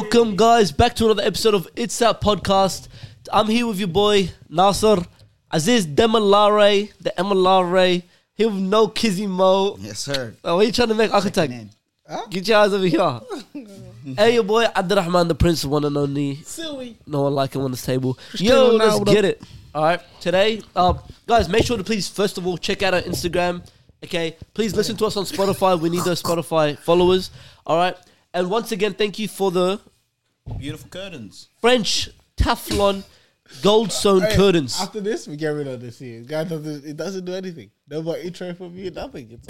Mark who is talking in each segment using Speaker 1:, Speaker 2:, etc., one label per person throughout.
Speaker 1: Welcome, guys, back to another episode of It's That Podcast. I'm here with your boy, Nasser, Aziz Demalare, the Emalare, here with No Kizzy Mo.
Speaker 2: Yes, sir.
Speaker 1: Oh, what are you trying to make, architect?
Speaker 2: name. Huh?
Speaker 1: Get your eyes over here. hey, your boy, Abdurrahman, the prince, one and only.
Speaker 3: Silly.
Speaker 1: No one like him on this table.
Speaker 3: Cristiano
Speaker 1: Yo, let's
Speaker 3: Ronaldo.
Speaker 1: get it. All right, today, uh, guys, make sure to please first of all check out our Instagram. Okay, please listen to us on Spotify. We need those Spotify followers. All right, and once again, thank you for the
Speaker 2: Beautiful curtains.
Speaker 1: French Teflon gold sewn
Speaker 3: Hey,
Speaker 1: curtains.
Speaker 3: After this, we get rid of this here. Guy doesn't, it doesn't do anything. No more intro from you, nothing. It's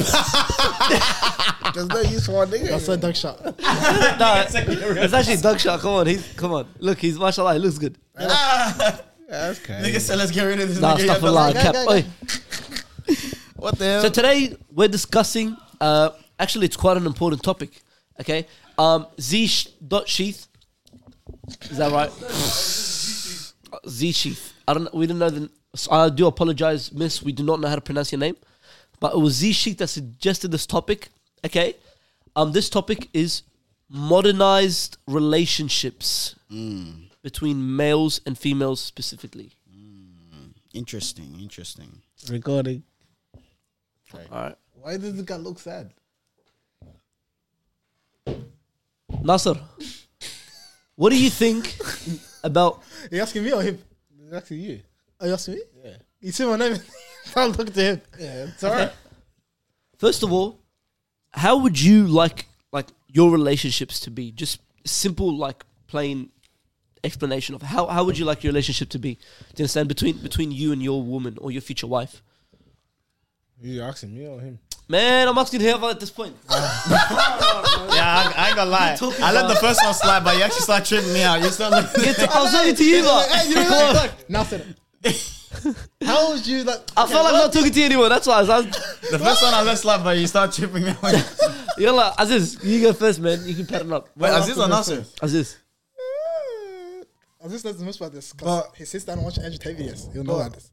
Speaker 3: There's no use for a nigga. That's a duck shot.
Speaker 1: Nah, it's actually Doug Shaw. Come on, he's come on. Look, he's mashallah. He looks good.
Speaker 3: that's
Speaker 2: Nigga
Speaker 3: crazy.
Speaker 2: said, let's get rid of this.
Speaker 1: Nah,
Speaker 2: nigga.
Speaker 1: stuff a lie. Cap. Oi.
Speaker 2: What the hell?
Speaker 1: So today we're discussing. Uh, actually, it's quite an important topic. Okay, um, Z sh- dot sheath. Is that right? Z sheath. I don't. We didn't know the. So I do apologize, Miss. We do not know how to pronounce your name, but it was Z sheath that suggested this topic. Okay, um, this topic is modernized relationships Hmm. between males and females specifically.
Speaker 2: interesting, interesting.
Speaker 3: Recording.
Speaker 1: All right,
Speaker 3: Why does the guy look sad?
Speaker 1: Nasser. What do you think about
Speaker 3: You asking me or him? He's asking you. Are you asking me? Yeah. You see my name? I'll look to him. Yeah, it's alright.
Speaker 1: First of all, how would you like like your relationships to be? Just simple, like plain explanation of how how would you like your relationship to be? Do you understand between between you and your woman or your future wife?
Speaker 3: You asking me or him?
Speaker 1: Man, I'm asking her at this point.
Speaker 2: Yeah, I, I ain't gonna lie. I let the first one slide, but you actually start tripping me out. You start looking.
Speaker 1: It's, I was saying it to you, like,
Speaker 3: Hey, you know what? Look, Now said it. How would you like?
Speaker 1: I felt like I'm not talking to you anymore. That's why I was. I was-
Speaker 2: The first one I let slide, but you start tripping me out.
Speaker 1: You're like Aziz. You go first, man. You can pattern up.
Speaker 2: Wait, Aziz or Nasser?
Speaker 1: Aziz.
Speaker 3: I just that's the most part this because his sister don't watch Edge TVS. You'll know about this.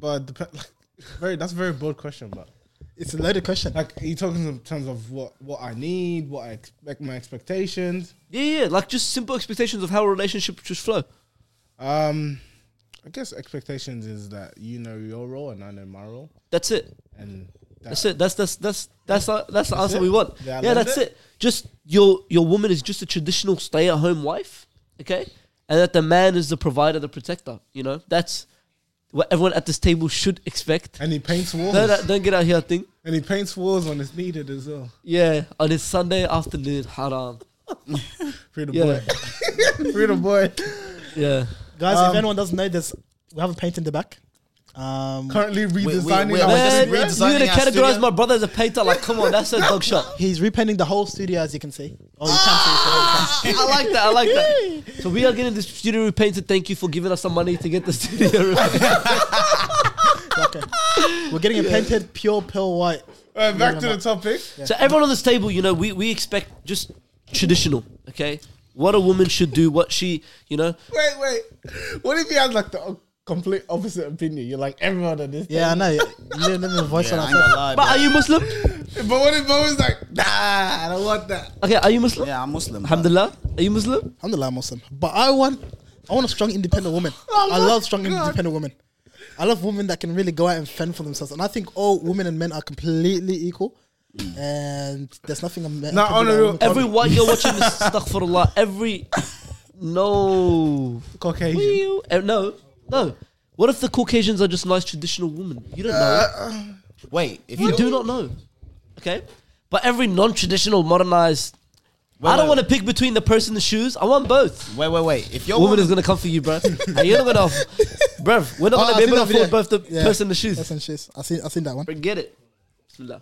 Speaker 4: But dep- like, very that's a very broad question, but
Speaker 3: It's a loaded question.
Speaker 4: like are you talking in terms of what what I need, what I expect, my expectations.
Speaker 1: Yeah, yeah. Like just simple expectations of how a relationship should flow.
Speaker 4: Um, I guess expectations is that you know your role and I know my role,
Speaker 1: That's it.
Speaker 4: and that,
Speaker 1: That's it. That's that's that's that's our, that's the answer
Speaker 4: it?
Speaker 1: we want.
Speaker 4: Did I
Speaker 1: yeah,
Speaker 4: land
Speaker 1: that's it?
Speaker 4: it?
Speaker 1: Just your your woman is just a traditional stay at home wife, okay, and that the man is the provider, the protector. You know, that's what everyone at this table should expect.
Speaker 4: and he paints walls,
Speaker 1: Don't, don't get out here thing.
Speaker 4: and he paints walls when it's needed as well.
Speaker 1: Yeah, on his Sunday afternoon, haram.
Speaker 4: Free the
Speaker 1: Yeah,
Speaker 4: boy, free the boy.
Speaker 1: yeah.
Speaker 5: Guys, if anyone doesn't know this, we have a paint in the back. Um,
Speaker 4: Currently
Speaker 2: we-
Speaker 4: redesigning.
Speaker 2: we-
Speaker 4: our
Speaker 2: we're
Speaker 1: Man,
Speaker 2: just
Speaker 4: studio.
Speaker 1: you're
Speaker 2: redesigning
Speaker 1: gonna
Speaker 2: our
Speaker 1: categorize my
Speaker 2: studio.
Speaker 1: brother as a painter? Like, come on, that's a dog shot.
Speaker 5: he's repainting the whole studio, as you can see. Oh, you can see. So you can see.
Speaker 1: I like that. I like that. So we are getting the studio repainted. Thank you for giving us some money to get the studio repainted.
Speaker 5: We're getting it painted pure pearl white.
Speaker 4: Uh, back to the topic.
Speaker 1: So everyone on this table, you know, we, we expect just traditional, okay? What a woman should do, what she, you know.
Speaker 4: Wait, wait. What if he has like the o- complete opposite opinion? You're like everyone on this.
Speaker 5: Yeah, I know. You didn't even voice
Speaker 2: Yeah, I
Speaker 5: on
Speaker 2: ain't gonna
Speaker 5: that.
Speaker 2: lie,
Speaker 1: But are you Muslim?
Speaker 4: But what if Mo is like, nah, I don't want that.
Speaker 1: Okay, are you Muslim?
Speaker 2: Yeah, I'm Muslim.
Speaker 1: Uh,
Speaker 2: but-
Speaker 1: Alhamdulillah, are you Muslim?
Speaker 5: I'm the lamb Muslim, but I want, I want a strong, independent woman. I love strong, independent women. I love women that can really go out and fend for themselves. And I think all women and men are completely equal. And there's nothing. a man
Speaker 4: No,
Speaker 5: can do that
Speaker 4: on the
Speaker 5: a
Speaker 4: real-
Speaker 5: woman can't
Speaker 1: Every white girl watching this, astaghfirullah, every. No.
Speaker 4: Caucasian.
Speaker 1: Wee- eh, No, no. What if the Caucasians are just nice traditional women? You don't know.
Speaker 2: Wait, if
Speaker 1: you do not know. Okay? But every non traditional, modernized. I don't
Speaker 2: wait.
Speaker 1: want to pick between the person and the shoes. I want both.
Speaker 2: Wait, wait, wait. If your
Speaker 1: woman,
Speaker 2: woman
Speaker 1: is gonna come for you, bro. and you're not gonna, bruv. We're not
Speaker 5: Oh,
Speaker 1: gonna be
Speaker 5: I seen
Speaker 1: able to
Speaker 5: that
Speaker 1: afford
Speaker 5: video.
Speaker 1: both the
Speaker 5: Yeah.
Speaker 1: person and the
Speaker 5: do.
Speaker 1: shoes.
Speaker 5: That's some shit. I seen, I seen that one.
Speaker 1: Forget it. Bismillah.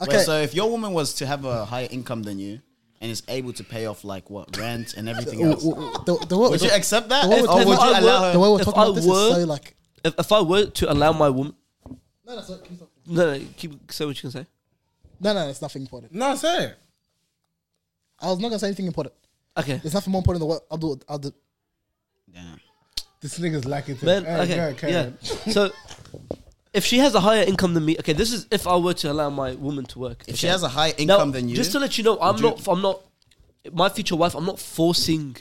Speaker 5: Okay,
Speaker 2: Wait, so if your woman was to have a higher income than you and is able to pay off like what rent and everything else,
Speaker 5: the, the word,
Speaker 2: would you accept that?
Speaker 5: the word
Speaker 2: Or
Speaker 5: was
Speaker 2: would
Speaker 5: talking
Speaker 2: you
Speaker 1: about- I
Speaker 2: allow
Speaker 1: would-
Speaker 5: the
Speaker 2: her?
Speaker 5: way we're
Speaker 1: If
Speaker 5: talking
Speaker 1: I
Speaker 5: about this
Speaker 1: were-
Speaker 5: is so like.
Speaker 1: If, if I were to allow my woman,
Speaker 5: No, that's what, keep talking.
Speaker 1: no, no, keep say what you can say.
Speaker 5: no, no, it's nothing important.
Speaker 4: No, say it.
Speaker 5: I was not gonna say anything important.
Speaker 1: Okay,
Speaker 5: There's nothing more important than what Abdul. Abdul.
Speaker 2: Yeah.
Speaker 4: This nigga's lacking to
Speaker 1: man.
Speaker 4: Hey,
Speaker 1: Okay,
Speaker 4: go, carry
Speaker 1: yeah.
Speaker 4: on.
Speaker 1: So, if she has a higher income than me, okay, this is if I were to allow my woman to work.
Speaker 2: If she
Speaker 1: okay?
Speaker 2: has a higher
Speaker 1: Now,
Speaker 2: income than you,
Speaker 1: Just to let you know, I'm
Speaker 2: Would you-
Speaker 1: not. I'm not. my future wife, I'm not forcing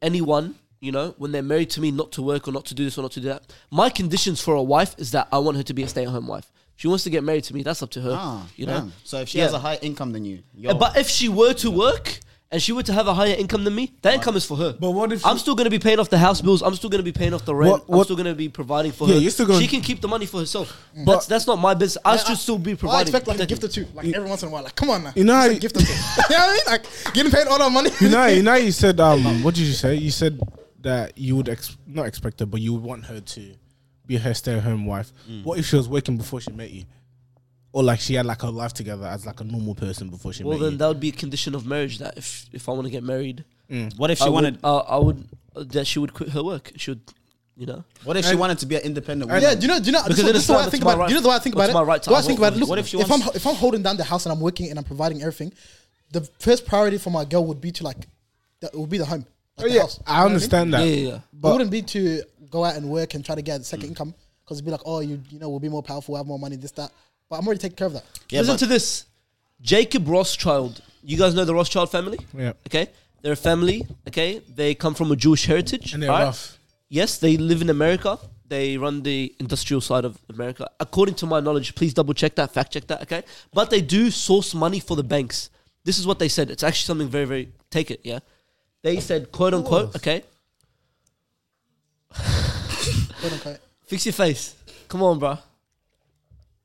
Speaker 1: anyone, you know, when they're married to me, not to work or not to do this or not to do that. My conditions for a wife is that I want her to be a stay at home wife. If She wants to get married to me. That's up to her.
Speaker 2: Ah,
Speaker 1: you know.
Speaker 2: damn. So if she
Speaker 1: Yeah.
Speaker 2: has a higher income than you, yo,
Speaker 1: Uh, But if she were to work and she were to have a higher income than me, that income is for her.
Speaker 4: But what if
Speaker 1: I'm
Speaker 4: she-
Speaker 1: still going to be paying off the house bills? I'm still going to be paying off the rent.
Speaker 4: What- what-
Speaker 1: I'm still going to be providing for
Speaker 4: Yeah,
Speaker 1: her.
Speaker 4: you're still gonna- Mm.
Speaker 1: she can keep the money for herself. That's that's not my business. I should still be
Speaker 5: I
Speaker 1: providing.
Speaker 5: expect like a
Speaker 1: protecting.
Speaker 5: gift or two, like every once in a while. Like, come on now.
Speaker 4: You know how
Speaker 5: Just a
Speaker 4: you-
Speaker 5: gift or two. you know what I mean? Like, getting paid all that money.
Speaker 4: You know, you know, you said um, what did you say? You said that you would ex- not expect her, but you would want her to be her stay-at-home wife.
Speaker 1: Mm.
Speaker 4: What if she was working before she met you, or like she had like her life together as like a normal person before she
Speaker 1: Well,
Speaker 4: met
Speaker 1: then
Speaker 4: you?
Speaker 1: that would be a condition of marriage. That if if I want to get married,
Speaker 2: what if
Speaker 1: I
Speaker 2: she
Speaker 1: would-
Speaker 2: wanted?
Speaker 1: uh, I would uh, that she would quit her work. She would, you know.
Speaker 2: What if she wanted to be an independent
Speaker 1: Eh,
Speaker 2: woman?
Speaker 5: Yeah, do you know? Do you know? This,
Speaker 1: Because
Speaker 5: is-
Speaker 1: then it's
Speaker 5: this is the way
Speaker 1: not-
Speaker 5: I think
Speaker 1: it's my
Speaker 5: about it. Do you
Speaker 1: right-
Speaker 5: know the way I think about
Speaker 1: it's
Speaker 5: it?
Speaker 1: my right to
Speaker 5: the way I
Speaker 1: ask
Speaker 5: think
Speaker 1: for
Speaker 5: about it.
Speaker 1: it.
Speaker 5: Look,
Speaker 2: What if
Speaker 5: if,
Speaker 2: she
Speaker 5: I'm
Speaker 2: wants-
Speaker 5: if I'm holding down the house and I'm working and I'm providing everything, the first priority for my girl would be to like, that would be the home. Like
Speaker 4: Oh,
Speaker 5: the
Speaker 4: yeah,
Speaker 5: house. You know
Speaker 4: I
Speaker 5: what mean?
Speaker 4: understand that.
Speaker 1: Yeah, yeah, yeah.
Speaker 5: it wouldn't be to go out and work and try to get a second income because it'd be like, oh, you you know, we'll be more powerful, have more money, this that. But I'm already taking care of that.
Speaker 2: Yeah,
Speaker 1: Listen
Speaker 2: but-
Speaker 1: to this. Jacob Rothschild. You guys know the Rothschild family?
Speaker 4: Yeah.
Speaker 1: Okay. They're a family, okay? They come from a Jewish heritage.
Speaker 4: And they're
Speaker 1: alright?
Speaker 4: rough.
Speaker 1: Yes, they live in America. They run the industrial side of America. According to my knowledge, please double check that, fact check that, okay? But they do source money for the banks. This is what they said. It's actually something very, very take it, yeah. They said quote unquote, okay,
Speaker 5: Quote unquote.
Speaker 1: Fix your face. Come on, bro.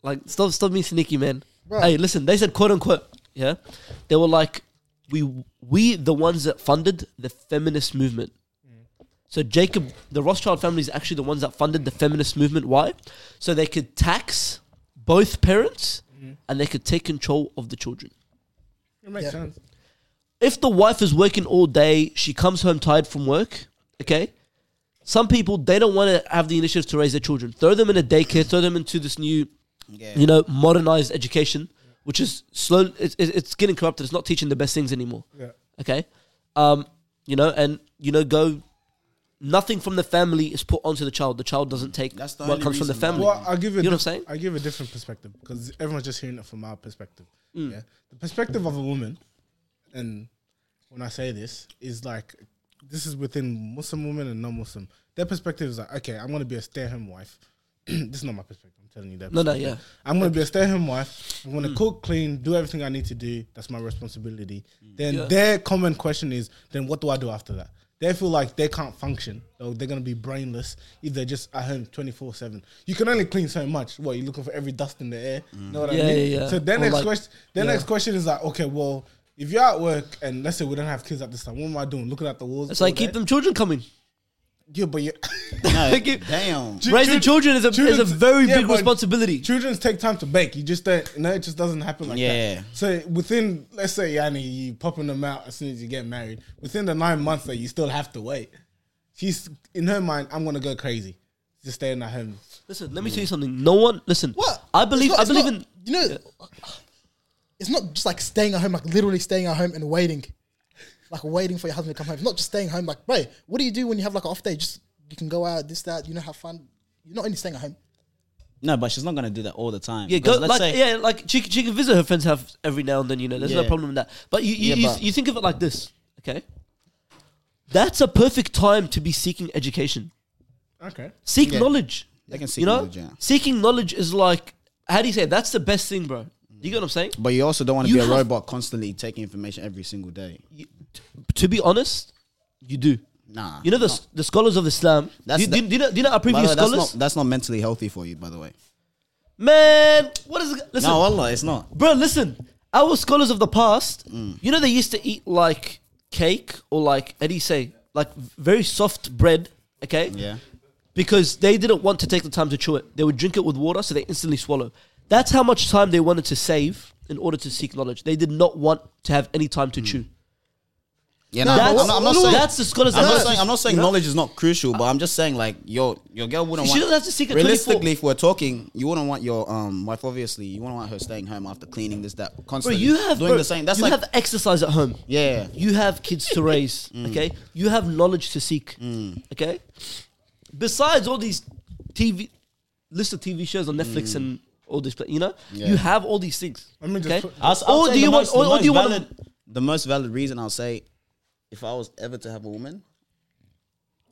Speaker 1: Like, stop, stop being sneaky, man.
Speaker 5: Bruh.
Speaker 1: Hey, listen. They said, "quote unquote." Yeah, they were like, "We, we, the ones that funded the feminist movement." So Jacob, the Rothschild family is actually the ones that funded the feminist movement. Why? So they could tax both parents, and they could take control of the children.
Speaker 4: It makes
Speaker 5: Yeah.
Speaker 4: sense.
Speaker 1: If the wife is working all day, she comes home tired from work. Okay, some people they don't want to have the initiative to raise their children. Throw them in a daycare. Throw them into this new
Speaker 2: Yeah.
Speaker 1: you know, modernized education, which is slow. It's, it's it's getting corrupted. It's not teaching the best things anymore.
Speaker 4: Yeah.
Speaker 1: Okay, um, you know, and you know, go. Nothing from the family is put onto the child. The child doesn't take
Speaker 2: That's the
Speaker 1: what
Speaker 2: only
Speaker 1: comes from the
Speaker 2: reason why.
Speaker 1: family.
Speaker 4: Well, I'll give you.
Speaker 1: You know
Speaker 4: a
Speaker 1: what I'm
Speaker 4: diff-
Speaker 1: saying?
Speaker 4: I'll give a different perspective because everyone's just hearing it from our perspective.
Speaker 1: Mm.
Speaker 4: Yeah, the perspective of a woman, and when I say this, is like this is within Muslim women and non-Muslim. Their perspective is like, okay, I'm gonna be a stay-at-home wife. this is not my perspective. I'm telling you that.
Speaker 1: No, no,
Speaker 4: perspective.
Speaker 1: yeah. Hmm.
Speaker 4: I'm gonna be a stay-at-home wife. I'm gonna cook, clean, do everything I need to do. That's my responsibility. Then
Speaker 1: Hmm. Yeah.
Speaker 4: their common question is, then what do I do after that? They feel like they can't function. Or they're gonna be brainless if they're just at home twenty four seven. You can only clean so much. What you're looking for every dust in the air. Know what
Speaker 1: Hmm. Yeah,
Speaker 4: I mean?
Speaker 1: yeah, yeah.
Speaker 4: So their
Speaker 1: Or
Speaker 4: next
Speaker 1: like-
Speaker 4: question, their
Speaker 1: yeah.
Speaker 4: next question is like, okay, well, if you're at work and let's say we don't have kids at this time, what am I doing? Looking at the walls.
Speaker 1: it's
Speaker 4: all
Speaker 1: like keep
Speaker 4: day?
Speaker 1: them children coming.
Speaker 4: Yeah, but you
Speaker 2: No,
Speaker 1: Thank you.
Speaker 2: damn.
Speaker 4: Ju-
Speaker 1: Raising children is a is a
Speaker 4: children's-
Speaker 1: very
Speaker 4: yeah,
Speaker 1: big
Speaker 4: but-
Speaker 1: responsibility.
Speaker 4: children's take time to bake. You just don't, no, it just doesn't happen like
Speaker 2: Yeah.
Speaker 4: that. So within, let's say, Yanni, you popping them out as soon as you get married. Within the nine months that you still have to wait, she's in her mind. I'm gonna go crazy, just staying at home.
Speaker 1: Listen, let me
Speaker 2: Mm.
Speaker 1: tell you something. No one listen.
Speaker 5: What?
Speaker 1: I believe
Speaker 5: It's not-
Speaker 1: I believe
Speaker 5: it's
Speaker 1: in
Speaker 5: not- You know, it's not just like staying at home, like literally staying at home and waiting, like waiting for your husband to come home. It's not just staying home, like, bro, what do you do when you have like an off day? Just you can go out, this that, you know, have fun. You're not only staying at home.
Speaker 2: No, but she's not gonna do that all the time.
Speaker 1: Yeah, go,
Speaker 2: Because
Speaker 1: like yeah, like she, can- she can visit her friend's house every now and then. You know, there's no
Speaker 2: Yeah.
Speaker 1: problem with that. But you you,
Speaker 2: Yeah,
Speaker 1: you,
Speaker 2: but-
Speaker 1: you think of it like this, okay? That's a perfect time to be seeking education.
Speaker 4: Okay.
Speaker 1: Seek
Speaker 2: Yeah.
Speaker 1: knowledge.
Speaker 2: They can seek
Speaker 1: you know,
Speaker 2: knowledge, yeah.
Speaker 1: seeking knowledge is like how do you say? it? That's the best thing, bro. You get what I'm saying?
Speaker 2: But you also don't want to
Speaker 1: You
Speaker 2: be a
Speaker 1: have-
Speaker 2: robot constantly taking information every single day.
Speaker 1: You- t- to be honest, you do.
Speaker 2: Nah.
Speaker 1: You know the
Speaker 2: Nah.
Speaker 1: s- the scholars of Islam.
Speaker 2: That's
Speaker 1: do, you-
Speaker 2: the-
Speaker 1: do you know, do you know our
Speaker 2: By the
Speaker 1: previous
Speaker 2: way, that's
Speaker 1: scholars?
Speaker 2: not that's not mentally healthy for you, by the way.
Speaker 1: Man, what is it? Listen,
Speaker 2: No, Allah, it's not.
Speaker 1: Bro, listen. Our scholars of the past,
Speaker 2: Mm.
Speaker 1: you know, they used to eat like cake or like, how do you say, like very soft bread, okay?
Speaker 2: Yeah.
Speaker 1: Because they didn't want to take the time to chew it. They would drink it with water, so they instantly swallow. That's how much time they wanted to save in order to seek knowledge. They did not want to have any time
Speaker 2: Mm.
Speaker 1: to chew.
Speaker 2: Yeah, no,
Speaker 1: that's,
Speaker 2: I'm, not, I'm not saying
Speaker 1: that's the scholars.
Speaker 2: I'm
Speaker 1: of
Speaker 2: not
Speaker 1: the-
Speaker 2: saying I'm not saying
Speaker 1: you know?
Speaker 2: knowledge is not crucial, but I'm just saying like your your girl wouldn't
Speaker 1: She
Speaker 2: want.
Speaker 1: doesn't have to seek it 24.
Speaker 2: realistically, if we're talking, you wouldn't want your um wife. Obviously, you wouldn't want her staying home after cleaning this that
Speaker 1: Bro,
Speaker 2: constantly.
Speaker 1: you have
Speaker 2: doing
Speaker 1: bro,
Speaker 2: the same. That's
Speaker 1: you
Speaker 2: like
Speaker 1: have exercise at home.
Speaker 2: yeah.
Speaker 1: You have kids to raise, okay? You have knowledge to seek, okay? Besides all these TV list of TV shows on Netflix and all this, but you know,
Speaker 2: Yeah.
Speaker 1: you have all these things.
Speaker 4: Let me just
Speaker 1: okay?
Speaker 4: put-
Speaker 2: I'll, I'll
Speaker 1: or
Speaker 2: say
Speaker 1: do you
Speaker 2: the
Speaker 1: want?
Speaker 2: most-
Speaker 1: Or,
Speaker 2: the
Speaker 1: or
Speaker 2: most
Speaker 1: do you
Speaker 2: valid-
Speaker 1: want?
Speaker 2: the most valid reason I'll say
Speaker 6: if I was ever to have a woman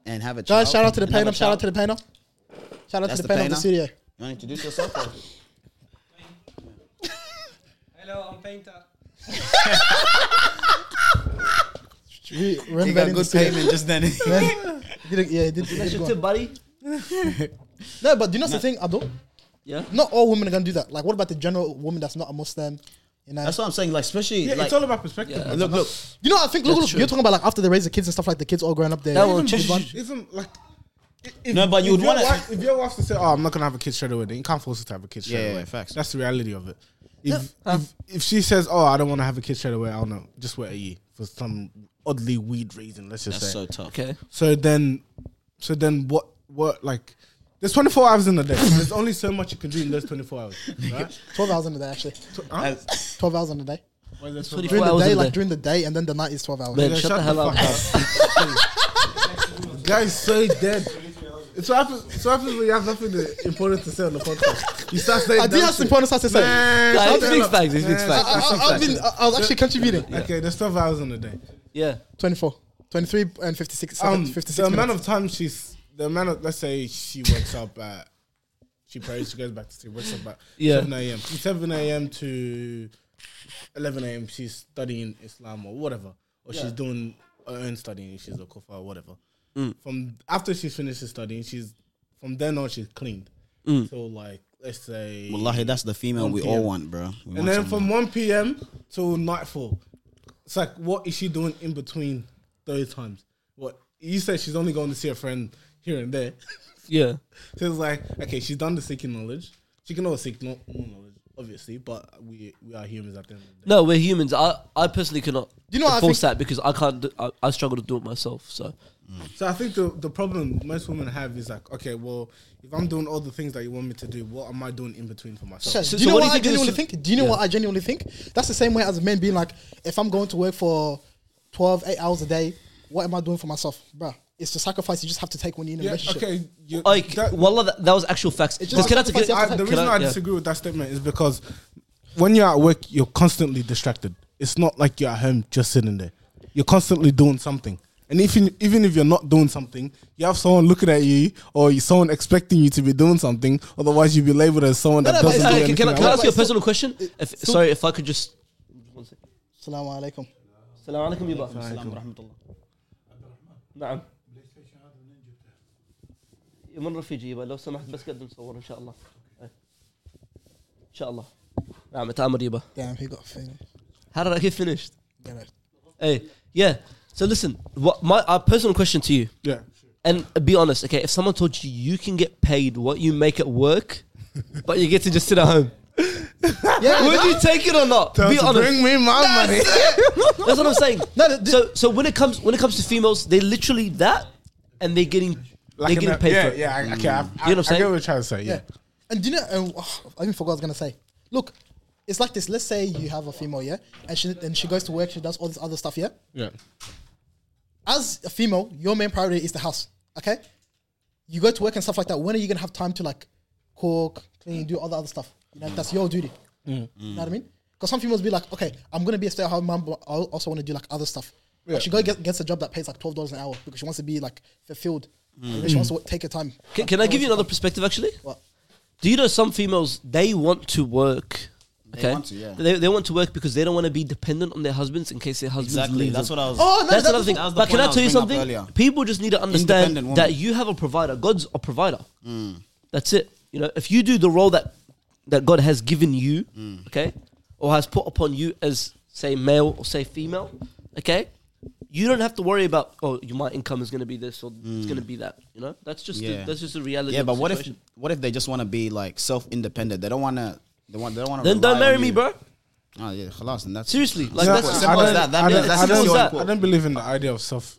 Speaker 6: and have a
Speaker 5: Guys,
Speaker 6: child,
Speaker 5: shout out to the
Speaker 6: and have
Speaker 5: painter.
Speaker 6: a
Speaker 5: Shout out
Speaker 6: child-
Speaker 5: to the painter. Shout out
Speaker 6: That's
Speaker 5: to the
Speaker 6: painter.
Speaker 5: painter of the studio.
Speaker 6: You want to introduce yourself? or-
Speaker 7: Hello, I'm painter.
Speaker 5: We ran
Speaker 2: You
Speaker 5: back
Speaker 2: got
Speaker 5: in the
Speaker 2: good
Speaker 5: studio.
Speaker 2: payment just then.
Speaker 5: Man, he did, yeah, he did, he
Speaker 1: That's
Speaker 5: did
Speaker 1: your
Speaker 5: go
Speaker 1: tip,
Speaker 5: on.
Speaker 1: buddy.
Speaker 5: No, but do you know something, Abdul?
Speaker 1: Yeah.
Speaker 5: Not all women are gonna do that. Like, what about the general woman that's not a Muslim? You know,
Speaker 6: That's what I'm saying. Like, especially
Speaker 4: Yeah,
Speaker 6: like,
Speaker 4: it's all about perspective. man.
Speaker 6: look, look.
Speaker 5: you know. I think look,
Speaker 6: That's
Speaker 5: look,
Speaker 6: true.
Speaker 5: you're talking about like after they raise the kids and stuff like the kids all growing up there.
Speaker 1: That will
Speaker 4: Even
Speaker 1: change.
Speaker 4: before- Even like. i- If,
Speaker 6: No, but you would
Speaker 4: if your
Speaker 6: wanna-
Speaker 4: wife- If your wife to say, "Oh, I'm not gonna have a kid straight away," then you can't force her to have a kid straight
Speaker 2: Yeah, yeah,
Speaker 4: away.
Speaker 2: facts.
Speaker 4: That's the reality of it. If, if if she says, "Oh, I don't want to have a kid straight away," I don't know. Just wait a year for some oddly weird reason. Let's just
Speaker 6: That's
Speaker 4: say.
Speaker 6: so tough.
Speaker 1: Okay.
Speaker 4: So then, so then what? What like? There's 24 hours in a day. There's only so much you can do in those 24 hours. Right?
Speaker 5: Twelve hours in a day, actually.
Speaker 4: Huh?
Speaker 5: Twelve hours in a day.
Speaker 4: Why is that so-
Speaker 1: 24
Speaker 5: During the
Speaker 1: hours
Speaker 5: day,
Speaker 1: in a
Speaker 5: like
Speaker 1: day.
Speaker 5: during the day, and then the night is twelve hours.
Speaker 1: Man,
Speaker 4: Yeah,
Speaker 1: shut the hell up.
Speaker 4: fuck up. Guy's so dead. It's what happens. It's what happens when you have nothing to- important to say on the podcast. You start saying.
Speaker 5: I did
Speaker 4: dumb
Speaker 5: have some
Speaker 4: shit.
Speaker 5: points I have to say.
Speaker 4: Man,
Speaker 1: Nah,
Speaker 4: shut
Speaker 1: it's
Speaker 4: the
Speaker 1: mixed
Speaker 4: hell
Speaker 1: bags,
Speaker 4: up.
Speaker 1: it's mixed
Speaker 4: Man,
Speaker 1: bags.
Speaker 4: shut
Speaker 5: I, I, I've been, I, I was actually contributing.
Speaker 4: the- uh, Okay, there's 12 hours in a day.
Speaker 1: Yeah.
Speaker 5: 24, 23 and 56 seconds,
Speaker 4: Um,
Speaker 5: 56
Speaker 4: the amount
Speaker 5: minutes.
Speaker 4: of time she's the amount of let's say she wakes up at she prays, she goes back to sleep, wakes up at
Speaker 1: Yeah.
Speaker 4: seven a.m. From seven a.m. to eleven a.m. She's studying Islam or whatever, or she's doing her own studying. She's a kufa or whatever. From after she finishes studying, she's from then on she's cleaned. So like let's say
Speaker 6: Wallahi, that's the female we all want, bro. We want
Speaker 4: and then
Speaker 6: someone-
Speaker 4: from 1 p.m. till nightfall. It's like, what is she doing in between those times? What you said she's only going to see a friend here and there.
Speaker 1: Yeah.
Speaker 4: so it's like, okay, she's done the seeking knowledge. She can always seek no, more knowledge, obviously, but we we are humans at the end of the day.
Speaker 1: No, we're humans. I, I personally cannot
Speaker 5: You know what I
Speaker 1: enforce that
Speaker 5: think-
Speaker 1: because I can't. Do, I, I struggle to do it myself. So
Speaker 4: So I think the, the problem most women have is like, okay, well, if I'm doing all the things that you want me to do, what am I doing in between for myself?
Speaker 5: So,
Speaker 1: So-
Speaker 5: do
Speaker 1: so
Speaker 5: you know
Speaker 1: what
Speaker 5: what,
Speaker 1: do you
Speaker 5: I
Speaker 1: think is-
Speaker 5: genuinely think? Do you know
Speaker 1: Yeah.
Speaker 5: what I genuinely think? That's the same way as men being like, if I'm going to work for 12, 8 hours a day, what am I doing for myself? Bruh, it's the sacrifice you just have to take when you're in a
Speaker 4: yeah,
Speaker 5: relationship.
Speaker 4: okay. You,
Speaker 1: like,
Speaker 4: that-
Speaker 1: wallah, that, that was actual facts.
Speaker 5: It just-
Speaker 1: Just, can I,
Speaker 5: I-
Speaker 1: can,
Speaker 4: I, the
Speaker 1: can
Speaker 4: reason I,
Speaker 1: I- yeah.
Speaker 4: disagree with that statement is because when you're at work, you're constantly distracted. It's not like you're at home just sitting there. You're constantly doing something. And if you, even if you're not doing something, you have someone looking at you or you- someone expecting you to be doing something. Otherwise, you'd be labeled as someone that
Speaker 5: no, but
Speaker 4: doesn't
Speaker 5: it's-
Speaker 4: do
Speaker 1: Okay,
Speaker 4: anything.
Speaker 1: uh, can, I,
Speaker 4: at
Speaker 1: can I
Speaker 4: work.
Speaker 1: ask you a personal question? If, sorry, if I could just.
Speaker 5: Salaamu alaikum.
Speaker 1: Salam alaikum, Yuba.
Speaker 6: Salam rahmatullah.
Speaker 1: نعم. من رفيجي يبا لو سمحت بس قدم صور ان شاء الله. إيه. ان شاء الله. نعم تامر يبا.
Speaker 5: Damn, he got finished.
Speaker 1: How did I get finished?
Speaker 5: Damn it.
Speaker 1: Hey, yeah. So listen, what my our personal question to you,
Speaker 4: Yeah.
Speaker 1: and be honest, okay? If someone told you you can get paid what you make at work, but you get to just sit at home, would you take it or not?
Speaker 4: Tell
Speaker 1: be
Speaker 4: her to
Speaker 1: honest.
Speaker 4: Bring me my money.
Speaker 1: That's what I'm saying.
Speaker 5: No, no, th-
Speaker 1: so so when it comes when it comes to females, they literally that, and they're getting they're
Speaker 4: in
Speaker 1: getting
Speaker 4: a-
Speaker 1: paid
Speaker 4: uh, yeah,
Speaker 1: for it.
Speaker 4: yeah. I, okay, I, I,
Speaker 1: You know what I'm
Speaker 4: I
Speaker 1: saying?
Speaker 4: get what you're trying to say. Yeah.
Speaker 5: Yeah. And do you know, and, oh, I even forgot what I was going to say. Look, it's like this. Let's say you have a female, yeah? And she, and she goes to work, she does all this other stuff, yeah?
Speaker 4: Yeah.
Speaker 5: as a female, your main priority is the house. Okay, you go to work and stuff like that. When are you gonna have time to like cook, clean, do all the other stuff? You know, that's your duty.
Speaker 1: Mm.
Speaker 5: You
Speaker 4: Mm.
Speaker 5: know what I mean? Because some females be like, okay, I'm gonna be a stay-at-home mom, but I also want to do like other stuff. Like, she go get, gets a job that pays like twelve dollars an hour because she wants to be like fulfilled. And
Speaker 4: Mm.
Speaker 5: then she wants to take her time.
Speaker 1: Can, can I give you another perspective, actually?
Speaker 5: What?
Speaker 1: Do you know some females they want to work? They
Speaker 6: want to, yeah.
Speaker 1: They, they want to work because they don't want to be dependent on their husbands in case their husbands
Speaker 6: Exactly.
Speaker 1: leave
Speaker 6: That's
Speaker 1: them.
Speaker 6: what I was.
Speaker 5: Oh no,
Speaker 1: That's
Speaker 5: that-
Speaker 1: another thing.
Speaker 6: that was the
Speaker 1: But can
Speaker 6: point
Speaker 1: I
Speaker 6: I was
Speaker 1: tell you
Speaker 6: bringing up
Speaker 1: something?
Speaker 6: earlier.
Speaker 1: People just need to understand
Speaker 6: Independent woman. Hmm.
Speaker 1: that you have a provider. God's a provider. That's it. You know, if you do the role that that God has given you,
Speaker 6: Hmm.
Speaker 1: okay, or has put upon you as say male or say female, okay, you don't have to worry about oh you- my income is going to be this or it's going to be that. You know, that's just the,
Speaker 6: Hmm. Yeah.
Speaker 1: that's just the reality.
Speaker 6: yeah,
Speaker 1: of
Speaker 6: but
Speaker 1: the
Speaker 6: what if
Speaker 1: situation.
Speaker 6: what if they just want to be like self independent? They don't want to. They want. They don't want to.
Speaker 1: then don't marry me, bro?
Speaker 6: Oh yeah, خلاص, and that's
Speaker 1: Seriously, like
Speaker 4: No,
Speaker 1: that's
Speaker 4: I
Speaker 1: simple as
Speaker 4: don't-
Speaker 1: that.
Speaker 6: That
Speaker 4: I
Speaker 6: means
Speaker 4: don't-
Speaker 6: that's
Speaker 4: I don't-
Speaker 1: simple as
Speaker 4: I
Speaker 1: that.
Speaker 4: don't believe in the idea of self.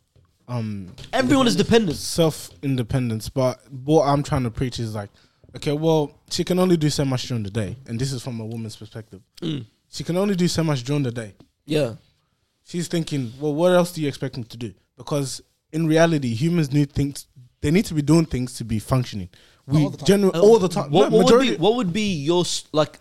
Speaker 4: Um,
Speaker 1: Everyone is dependent.
Speaker 4: self independence, but what I'm trying to preach is like, okay, well, she can only do so much during the day, and this is from a woman's perspective.
Speaker 1: Mm.
Speaker 4: She can only do so much during the day.
Speaker 1: Yeah,
Speaker 4: She's thinking, well, what else do you expect me to do? Because in reality, humans need things. They need to be doing things to be functioning. We all the time. all the time.
Speaker 1: Uh, What,
Speaker 4: No,
Speaker 1: what would be
Speaker 4: majority-
Speaker 1: what would be your s- like?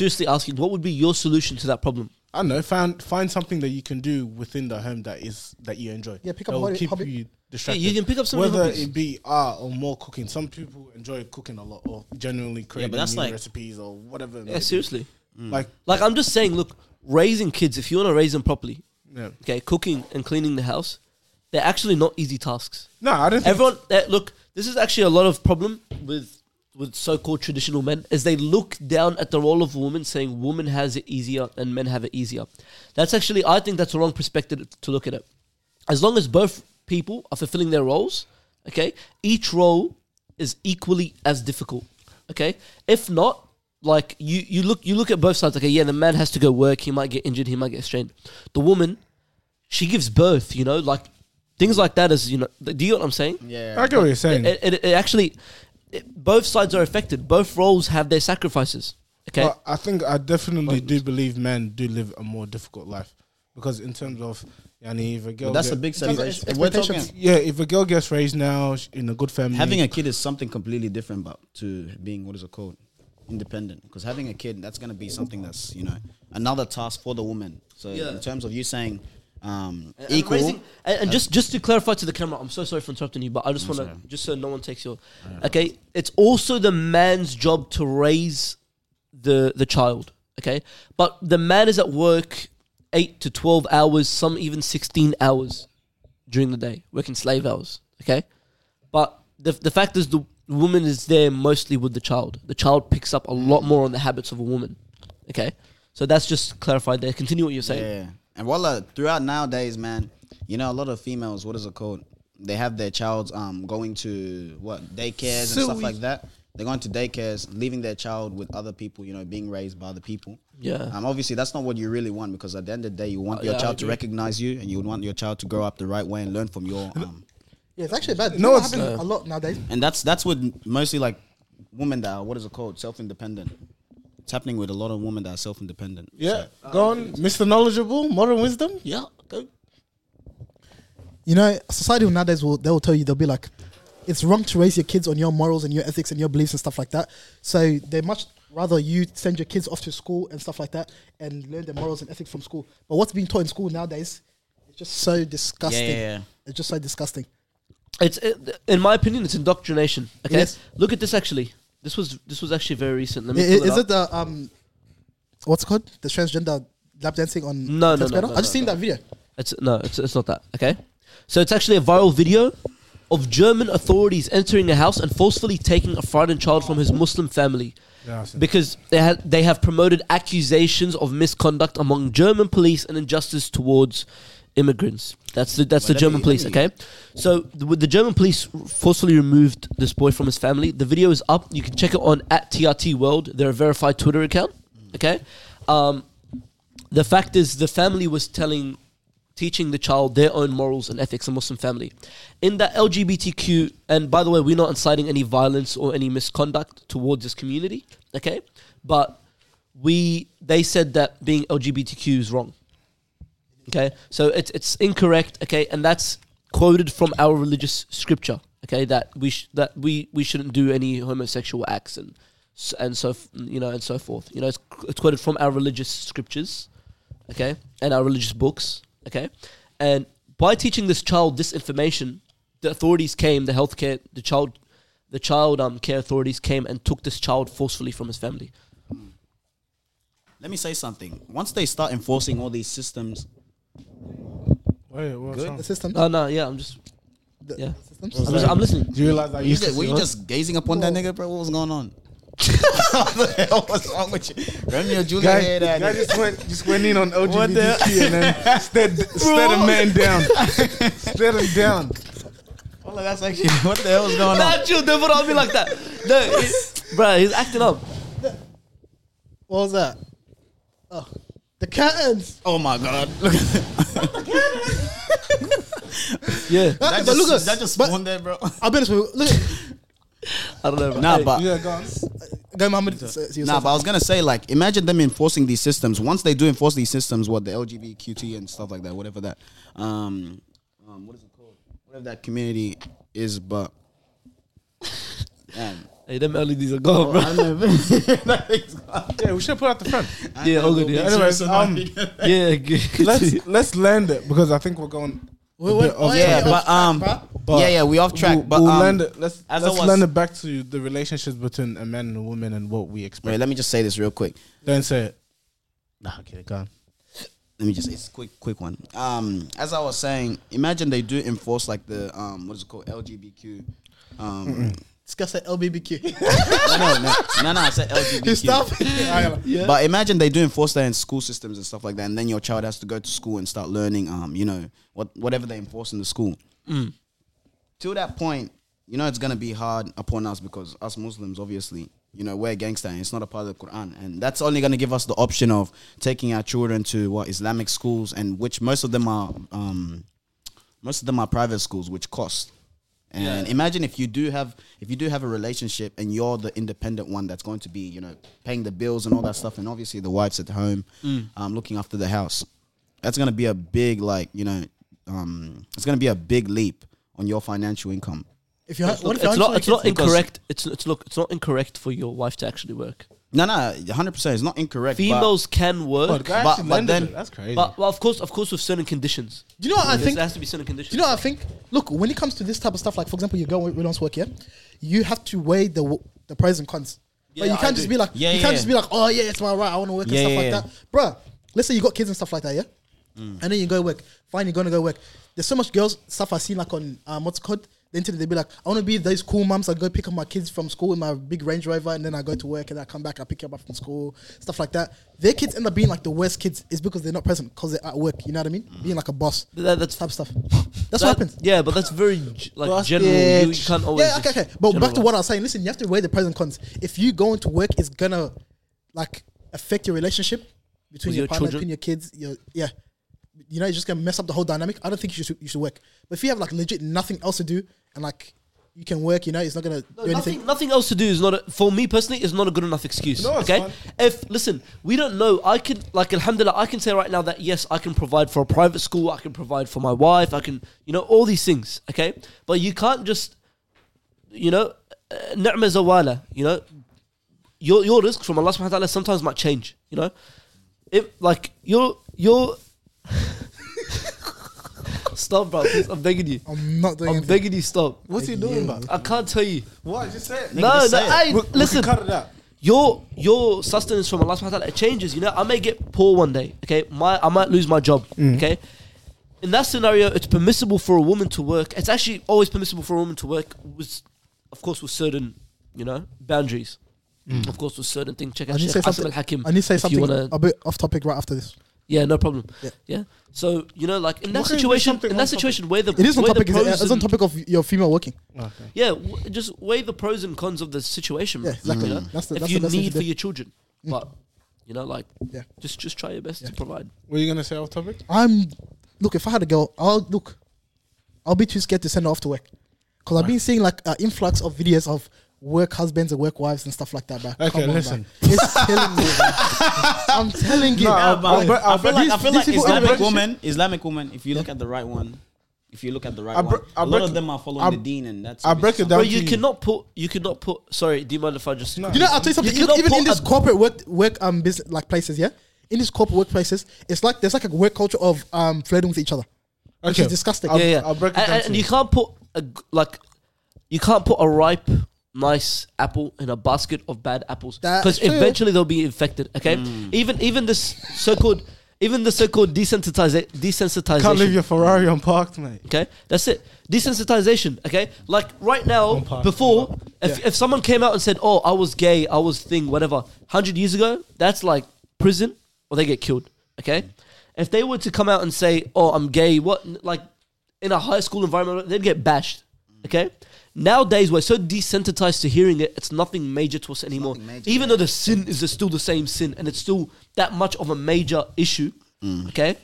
Speaker 1: Seriously asking, what would be your solution to that problem?
Speaker 4: I don't know. Find find something that you can do within the home that is that you enjoy.
Speaker 5: Yeah, pick up a
Speaker 4: that will
Speaker 5: hobby-
Speaker 4: keep
Speaker 5: hobby.
Speaker 4: you distracted.
Speaker 1: can pick up some
Speaker 4: whether
Speaker 1: hobbies.
Speaker 4: it be art or more cooking. Some people enjoy cooking a lot or generally creating
Speaker 6: that's
Speaker 4: new
Speaker 6: like-
Speaker 4: recipes or whatever. it may
Speaker 1: Yeah,
Speaker 4: be. Mm.
Speaker 1: seriously.
Speaker 4: Like
Speaker 1: Like I'm just saying, look, raising kids, if you want to raise them properly,
Speaker 4: Yeah.
Speaker 1: okay, cooking and cleaning the house, they're actually not easy tasks.
Speaker 4: no, I don't. Think
Speaker 1: Everyone, uh, look, this is actually a lot of problem with with so-called traditional men is they look down at the role of women, saying women has it easier and men have it easier. That's actually, I think, that's a wrong perspective to look at it. As long as both people are fulfilling their roles, okay, each role is equally as difficult. Okay, if not, like you, you look you look at both sides. Okay, yeah, the man has to go work. He might get injured. He might get strained. The woman, she gives birth. You know, like things like that is you know. Do you know what I'm saying?
Speaker 4: I get what you're saying.
Speaker 1: it, it, it actually it- both sides are affected both roles have their sacrifices okay
Speaker 4: But I think I definitely do believe men do live a more difficult life because in terms of yani, if a girl
Speaker 6: That's
Speaker 4: get-
Speaker 6: a big
Speaker 5: Because
Speaker 6: celebration.
Speaker 5: it's
Speaker 6: We're talking
Speaker 5: expectations.
Speaker 4: yeah, if a girl gets raised now sh- in a good family,
Speaker 6: having a kid is something completely different, but to being what is it called, independent. Because having a kid, that's gonna be something that's you know another task for the woman. So
Speaker 1: Yeah.
Speaker 6: in terms of you saying um,
Speaker 1: And
Speaker 6: equal, Uh,
Speaker 1: raising- and, and just just to clarify to the camera i'm so sorry for interrupting you but i just want to just so no one takes your okay it's also the man's job to raise the the child okay but the man is at work 8 to 12 hours some even 16 hours during the day working slave hours okay but the, the fact is the woman is there mostly with the child the child picks up a lot more on the habits of a woman okay so that's just clarified there continue what you're saying
Speaker 6: Yeah. And voila, throughout nowadays, man, you know, a lot of females, what is it called? They have their childs um going to what daycares and stuff like that. They're going to daycares, leaving their child with other people, you know, being raised by other people.
Speaker 1: Yeah. Oh,
Speaker 6: Um, obviously that's not what you really want because at the end of the day you want your
Speaker 1: yeah, I
Speaker 6: child to
Speaker 1: agree.
Speaker 6: recognize you and you would want your child to grow up the right way and learn from your um
Speaker 5: Yeah, it's actually bad. No,
Speaker 4: No, it's-
Speaker 5: it's a lot nowadays.
Speaker 6: and that's that's with mostly like women that are what is it called? Self independent. It's happening with a lot of women that are self independent.
Speaker 4: yeah, go on, Mr. Knowledgeable, Modern Wisdom,
Speaker 6: Yeah. Go.
Speaker 5: You know, society nowadays will they will tell you they'll be like, it's wrong to raise your kids on your morals and your ethics and your beliefs and stuff like that. So they much rather you send your kids off to school and stuff like that and learn their morals and ethics from school. But what's being taught in school nowadays, it's just so disgusting.
Speaker 6: Yeah, yeah, yeah.
Speaker 5: It's just so disgusting.
Speaker 1: It's it, in my opinion, it's indoctrination. Okay,
Speaker 5: Yes.
Speaker 1: look at this. Actually, this was this was actually very recent. Let
Speaker 5: I-
Speaker 1: me
Speaker 5: i-
Speaker 1: pull it
Speaker 5: Is,
Speaker 1: up.
Speaker 5: it the um, what's it called the transgender lap dancing on?
Speaker 1: No, no,
Speaker 5: Test
Speaker 1: no,
Speaker 5: Battle?
Speaker 1: no,
Speaker 5: I just
Speaker 1: no,
Speaker 5: seen
Speaker 1: no.
Speaker 5: that video.
Speaker 1: It's no, it's, it's not that. Okay, so it's actually a viral video of German authorities entering a house and forcefully taking a frightened child from his Muslim family
Speaker 4: Yeah, I see.
Speaker 1: because they had they have promoted accusations of misconduct among German police and injustice towards immigrants. That's the that's the
Speaker 6: Well, let me-
Speaker 1: German
Speaker 6: let
Speaker 1: police.
Speaker 6: me-
Speaker 1: Okay, so the, with the German police forcefully removed this boy from his family. The video is up. You can check it on at TRT World. They're a verified Twitter account.
Speaker 6: Mm.
Speaker 1: Okay, um, the fact is the family was telling teaching the child their own morals and ethics a muslim family in the lgbtq and by the way we're not inciting any violence or any misconduct towards this community okay but we they said that being lgbtq is wrong okay so it's it's incorrect okay and that's quoted from our religious scripture okay that we sh- that we we shouldn't do any homosexual acts and s- and so f- you know and so forth you know it's, qu- it's quoted from our religious scriptures okay, and our religious books, okay, and by teaching this child this information, the authorities came, the healthcare, the child, the child um, care authorities came and took this child forcefully from his family.
Speaker 6: Let me say something. Once they start enforcing all these systems,
Speaker 4: Wait, what's
Speaker 6: Good.
Speaker 4: wrong?
Speaker 5: The system.
Speaker 1: No, no, yeah, I'm just, yeah,
Speaker 5: systems?
Speaker 1: I'm, just, I'm listening.
Speaker 4: Do you realize that
Speaker 6: were you,
Speaker 4: you
Speaker 6: just, were you just gazing upon that nigga, bro? What was going on? what the hell was wrong with you? Romeo Juliet
Speaker 4: Guy,
Speaker 6: had that
Speaker 4: guy
Speaker 6: nigga.
Speaker 4: just went just went in on LGBTQ and then stared, stared a man down, stared him down.
Speaker 6: Hold on, that's actually what the hell was going on?
Speaker 1: Nah, chill, don't put on me like that. No, it- bro, he's acting up.
Speaker 5: What was that? Oh, the curtains.
Speaker 6: Oh my god! Look, at
Speaker 1: Yeah,
Speaker 6: that,
Speaker 5: but
Speaker 6: just,
Speaker 5: look at-
Speaker 6: that just
Speaker 5: but-
Speaker 6: spawned there, bro.
Speaker 5: I'll be honest with you. Look, at- uh,
Speaker 1: I don't know. Bro.
Speaker 6: Nah,
Speaker 1: Hey,
Speaker 6: but
Speaker 4: Yeah, go on.
Speaker 5: go, Mohammed. s- s-
Speaker 6: nah,
Speaker 5: yourself.
Speaker 6: but I was gonna say like, imagine them enforcing these systems. Once they do enforce these systems, what the LGBTQT and stuff like that, whatever that, um, um what is it called? Whatever that community is, but. Man,
Speaker 1: Hey, them early days are gone, bro.
Speaker 4: Yeah, we should put out the front.
Speaker 1: yeah, all good. Yeah,
Speaker 4: Anyways, um,
Speaker 1: yeah. Good.
Speaker 4: let's let's land it because I think we're going.
Speaker 5: Wait, wait, oh,
Speaker 6: yeah,
Speaker 5: yeah,
Speaker 6: but um, yeah, yeah, we off track.
Speaker 4: We'll,
Speaker 6: but
Speaker 4: we'll
Speaker 6: um,
Speaker 4: land it. Let's
Speaker 6: as I
Speaker 4: let's
Speaker 6: was-
Speaker 4: land it back to the relationships between a man and a woman and what we expect.
Speaker 6: wait, let me just say this real quick.
Speaker 4: Don't say it.
Speaker 6: Nah, okay, go on. Let me just. It's a quick, quick one. Um, as I was saying, imagine they do enforce like the um, what is it called, LGBTQ. Um,
Speaker 5: This guy said LBBQ.
Speaker 6: no, no, no, no, no, I said LGBTQ.
Speaker 5: Stop.
Speaker 6: But imagine they do enforce that in school systems and stuff like that, and then your child has to go to school and start learning, um, you know, what whatever they enforce in the school. Till that point, you know, it's gonna be hard upon us because us Muslims, obviously, you know, we're gangster and it's not a part of the Quran, and that's only gonna give us the option of taking our children to what Islamic schools, and which most of them are, um, most of them are private schools, which cost. And imagine if you do have if you do have a relationship and you're the independent one that's going to be you know paying the bills and all that stuff, and obviously the wife's at home,
Speaker 1: Mm.
Speaker 6: um, looking after the house. That's going to be a big like you know, um, it's going to be a big leap on your financial income.
Speaker 5: If you what if
Speaker 1: it's
Speaker 5: you
Speaker 1: not. It's not
Speaker 6: because-
Speaker 1: incorrect. It's it's look. It's not incorrect for your wife to actually work.
Speaker 6: No, no, hundred percent. It's not incorrect. but-
Speaker 1: Females can
Speaker 5: Oh,
Speaker 1: work,
Speaker 4: guy
Speaker 6: But-
Speaker 4: actually
Speaker 6: but
Speaker 4: landed
Speaker 6: then-
Speaker 4: it. that's crazy.
Speaker 1: but well, of course, of course, with certain conditions.
Speaker 5: Do you know what I
Speaker 1: There's-
Speaker 5: think?
Speaker 1: there has to be certain conditions.
Speaker 5: Do you know what I think? Look, when it comes to this type of stuff, like for example, you go with Lance work here, you have to weigh the w- the pros and cons. But
Speaker 1: Yeah,
Speaker 5: you can't
Speaker 1: I
Speaker 5: just
Speaker 1: do.
Speaker 5: be like,
Speaker 6: Yeah,
Speaker 5: you
Speaker 6: yeah,
Speaker 5: can't
Speaker 6: yeah.
Speaker 5: just be like, oh yeah, it's my right, I want to work
Speaker 6: Yeah,
Speaker 5: and stuff
Speaker 6: yeah, Mm.
Speaker 5: like that, Bruh, Let's say you got kids and stuff like that, yeah, and then you go work. Fine, you're gonna go work. There's so much girls stuff I've seen like on um, what's it called the internet. They be like, I want to be those cool moms. I go pick up my kids from school in my big Range Rover, and then I go to work, and I come back, I pick you up from school, stuff like that. Their kids end up being like the worst kids, is because they're not present, because they're at work. You know what I mean?
Speaker 6: Mm.
Speaker 5: Being like a boss
Speaker 1: That- that's
Speaker 5: type stuff. That's
Speaker 1: that-
Speaker 5: what happens.
Speaker 1: Yeah, but that's very g- like general. You, you can't always.
Speaker 5: Yeah, okay,
Speaker 1: just
Speaker 5: okay. But back to
Speaker 1: generalize.
Speaker 5: what I was saying. Listen, you have to weigh the pros and cons. If you going to work, it's gonna like affect your relationship between
Speaker 1: With
Speaker 5: your,
Speaker 1: your
Speaker 5: partner,
Speaker 1: children?
Speaker 5: between your kids. Your yeah, you know, it's just gonna mess up the whole dynamic. I don't think you should you should work. But if you have like legit nothing else to do and like you can work, you know, it's not gonna
Speaker 1: No,
Speaker 5: do anything.
Speaker 1: nothing, nothing else to do is not a, for me personally is not a good enough excuse.
Speaker 4: No, it's
Speaker 1: okay,
Speaker 4: fine.
Speaker 1: if listen, we don't know. I could like alhamdulillah, I can say right now that yes, I can provide for a private school, I can provide for my wife, I can you know all these things. Okay, but you can't just you know uh, ni'ma zawala. You know your your risk from Allah Subhanahu wa Taala sometimes might change. You know, if like your your stop, bro. Please, I'm begging you.
Speaker 5: I'm not doing
Speaker 1: I'm
Speaker 5: anything.
Speaker 1: begging you. Stop.
Speaker 4: what's he doing, bro?
Speaker 1: I can't tell you.
Speaker 4: What? Just say it.
Speaker 1: No,
Speaker 6: just
Speaker 1: no,
Speaker 6: say it.
Speaker 1: hey,
Speaker 4: We- we can
Speaker 1: listen.
Speaker 4: cut it out.
Speaker 1: Your your sustenance from Allah subhanahu wa ta'ala it changes, you know. I may get poor one day, okay? My I might lose my job.
Speaker 5: Mm.
Speaker 1: Okay. In that scenario, it's permissible for a woman to work. It's actually always permissible for a woman to work with of course with certain, you know, boundaries. Of course with certain things. Check
Speaker 5: Mm. I
Speaker 1: out
Speaker 5: need to
Speaker 1: Sheikh
Speaker 5: say
Speaker 1: Qasim
Speaker 5: something.
Speaker 1: al Hakim.
Speaker 5: I need to say something
Speaker 1: wanna-
Speaker 5: a bit off topic right after this.
Speaker 1: Yeah, no problem.
Speaker 5: Yeah.
Speaker 1: Yeah. So, you know, like in that
Speaker 4: Why can't you do
Speaker 1: situation
Speaker 4: something
Speaker 1: in
Speaker 4: on
Speaker 1: that situation where the
Speaker 5: It is on
Speaker 1: where the
Speaker 5: topic. Is it,
Speaker 1: pros
Speaker 5: it's on
Speaker 1: and-
Speaker 5: topic of your female working.
Speaker 1: yeah, w- just weigh the pros and cons of the situation.
Speaker 5: Yeah,
Speaker 1: man,
Speaker 5: exactly.
Speaker 1: you know?
Speaker 5: That's the-
Speaker 1: if
Speaker 5: that's
Speaker 1: you
Speaker 5: the best thing
Speaker 1: need
Speaker 5: to
Speaker 1: for
Speaker 5: do.
Speaker 1: your children, but you know, like,
Speaker 5: Yeah.
Speaker 1: just just try your best to provide.
Speaker 4: Were you gonna say off topic?
Speaker 5: I'm look. If I had a girl, I'll look. I'll be too scared to send her off to work because I've been seeing like an influx of videos of work husbands and work wives and stuff like that. Bro.
Speaker 4: Okay,
Speaker 5: Come on, bro.
Speaker 4: listen.
Speaker 5: it's killing me. bro. I'm telling you.
Speaker 4: Nah, I'll- I'll bet- I'll
Speaker 6: I feel
Speaker 4: bet-
Speaker 6: like
Speaker 4: these-
Speaker 6: I feel
Speaker 4: these
Speaker 6: like
Speaker 4: people in
Speaker 6: Islamic
Speaker 4: relationship-
Speaker 6: woman, Islamic woman. If you look at the right one, if you look at the right
Speaker 4: I
Speaker 6: one,
Speaker 4: bre- I
Speaker 6: a lot
Speaker 4: break-
Speaker 6: of them are following
Speaker 4: I-
Speaker 6: the Deen, and that's
Speaker 4: I break it down.
Speaker 1: Bro,
Speaker 4: to
Speaker 1: you cannot put. You cannot put. Sorry, do you mind if I just?
Speaker 5: you know, I'll tell you something.
Speaker 1: You
Speaker 5: look,
Speaker 1: cannot
Speaker 5: even in
Speaker 1: put
Speaker 5: this
Speaker 1: a-
Speaker 5: corporate work work um business like places, yeah. In these corporate workplaces, it's like there's like a work culture of um flirting with each other, which
Speaker 4: Okay. Um,
Speaker 5: is disgusting.
Speaker 4: I'll-
Speaker 1: yeah, yeah.
Speaker 4: I'll break it
Speaker 1: and,
Speaker 4: down
Speaker 1: and
Speaker 4: to
Speaker 1: you
Speaker 4: you.
Speaker 1: can't put a g- like, you can't put a ripe, nice apple in a basket of bad apples
Speaker 5: That's
Speaker 1: because
Speaker 5: true.
Speaker 1: eventually they'll be infected. Okay, even even this so-called. Even the so-called desensitiza- desensitization.
Speaker 4: Can't leave your Ferrari unparked, mate.
Speaker 1: Okay, that's it. Desensitization. Okay, like right now,
Speaker 4: part,
Speaker 1: before, if, if someone came out and said, "Oh, I was gay, I was thing, whatever," hundred years ago, that's like prison or they get killed. Okay, if they were to come out and say, "Oh, I'm gay," what like in a high school environment, they'd get bashed. Okay. Nowadays, we're so desensitized to hearing it; it's nothing major to us anymore. Even though the sin is still the same sin, and it's still that much of a major issue. Okay,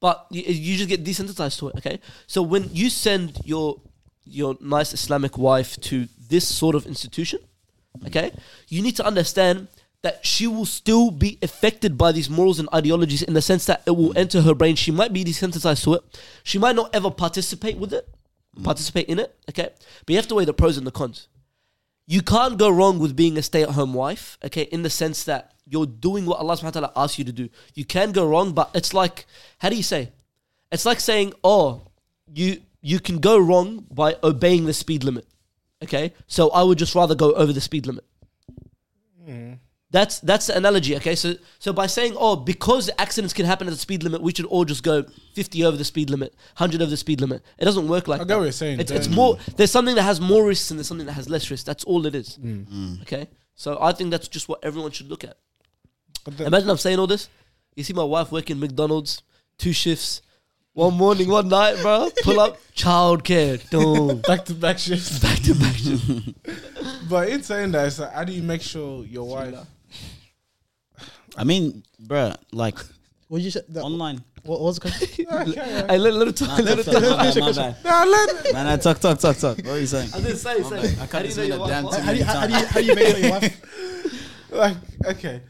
Speaker 1: but you, you just get desensitized to it. Okay, so when you send your your nice Islamic wife to this sort of institution, okay, you need to understand that she will still be affected by these morals and ideologies in the sense that it will enter her brain. She might be desensitized to it. She might not ever participate with it, participate in it. Okay, but you have to weigh the pros and the cons you can't go wrong with being a stay-at-home wife, okay, in the sense that you're doing what Allah subhanahu wa ta'ala asks you to do. You can go wrong, but it's like how do you say? It's like saying, Oh, you you can go wrong by obeying the speed limit. Okay? So I would just rather go over the speed limit. That's that's the analogy, okay? So so by saying, oh, because accidents can happen at the speed limit, we should all just go 50 over the speed limit, 100 over the speed limit. It doesn't work like
Speaker 4: I get
Speaker 1: that.
Speaker 4: what you're saying.
Speaker 1: It's, it's
Speaker 4: Then-
Speaker 1: more there's something that has more risks and there's something that has less risks. That's all it is.
Speaker 4: Mm.
Speaker 6: Mm.
Speaker 1: Okay? So I think that's just what everyone should look at.
Speaker 4: But then-
Speaker 1: Imagine I'm saying all this. You see my wife working McDonald's, two shifts, one morning, one night, bro. Pull up, childcare. Dude.
Speaker 4: back to back shifts.
Speaker 1: Back to back shifts.
Speaker 4: But in saying that, it's like, how do you make sure your wife?
Speaker 6: I mean, bruh, like
Speaker 5: What you said? That,
Speaker 6: online.
Speaker 5: what was the question?
Speaker 1: Hey, let, let her talk. Let her talk.
Speaker 6: my bad.
Speaker 4: Nah, let
Speaker 6: Man, I talk, talk, talk, talk. What are you saying?
Speaker 1: I didn't say, say. How do
Speaker 6: I can't
Speaker 1: you
Speaker 6: explain
Speaker 1: know
Speaker 6: a
Speaker 1: your
Speaker 6: damn
Speaker 1: wife-
Speaker 6: thing.
Speaker 5: how, do you, how, how do you how do you make sure your wife?
Speaker 4: like okay.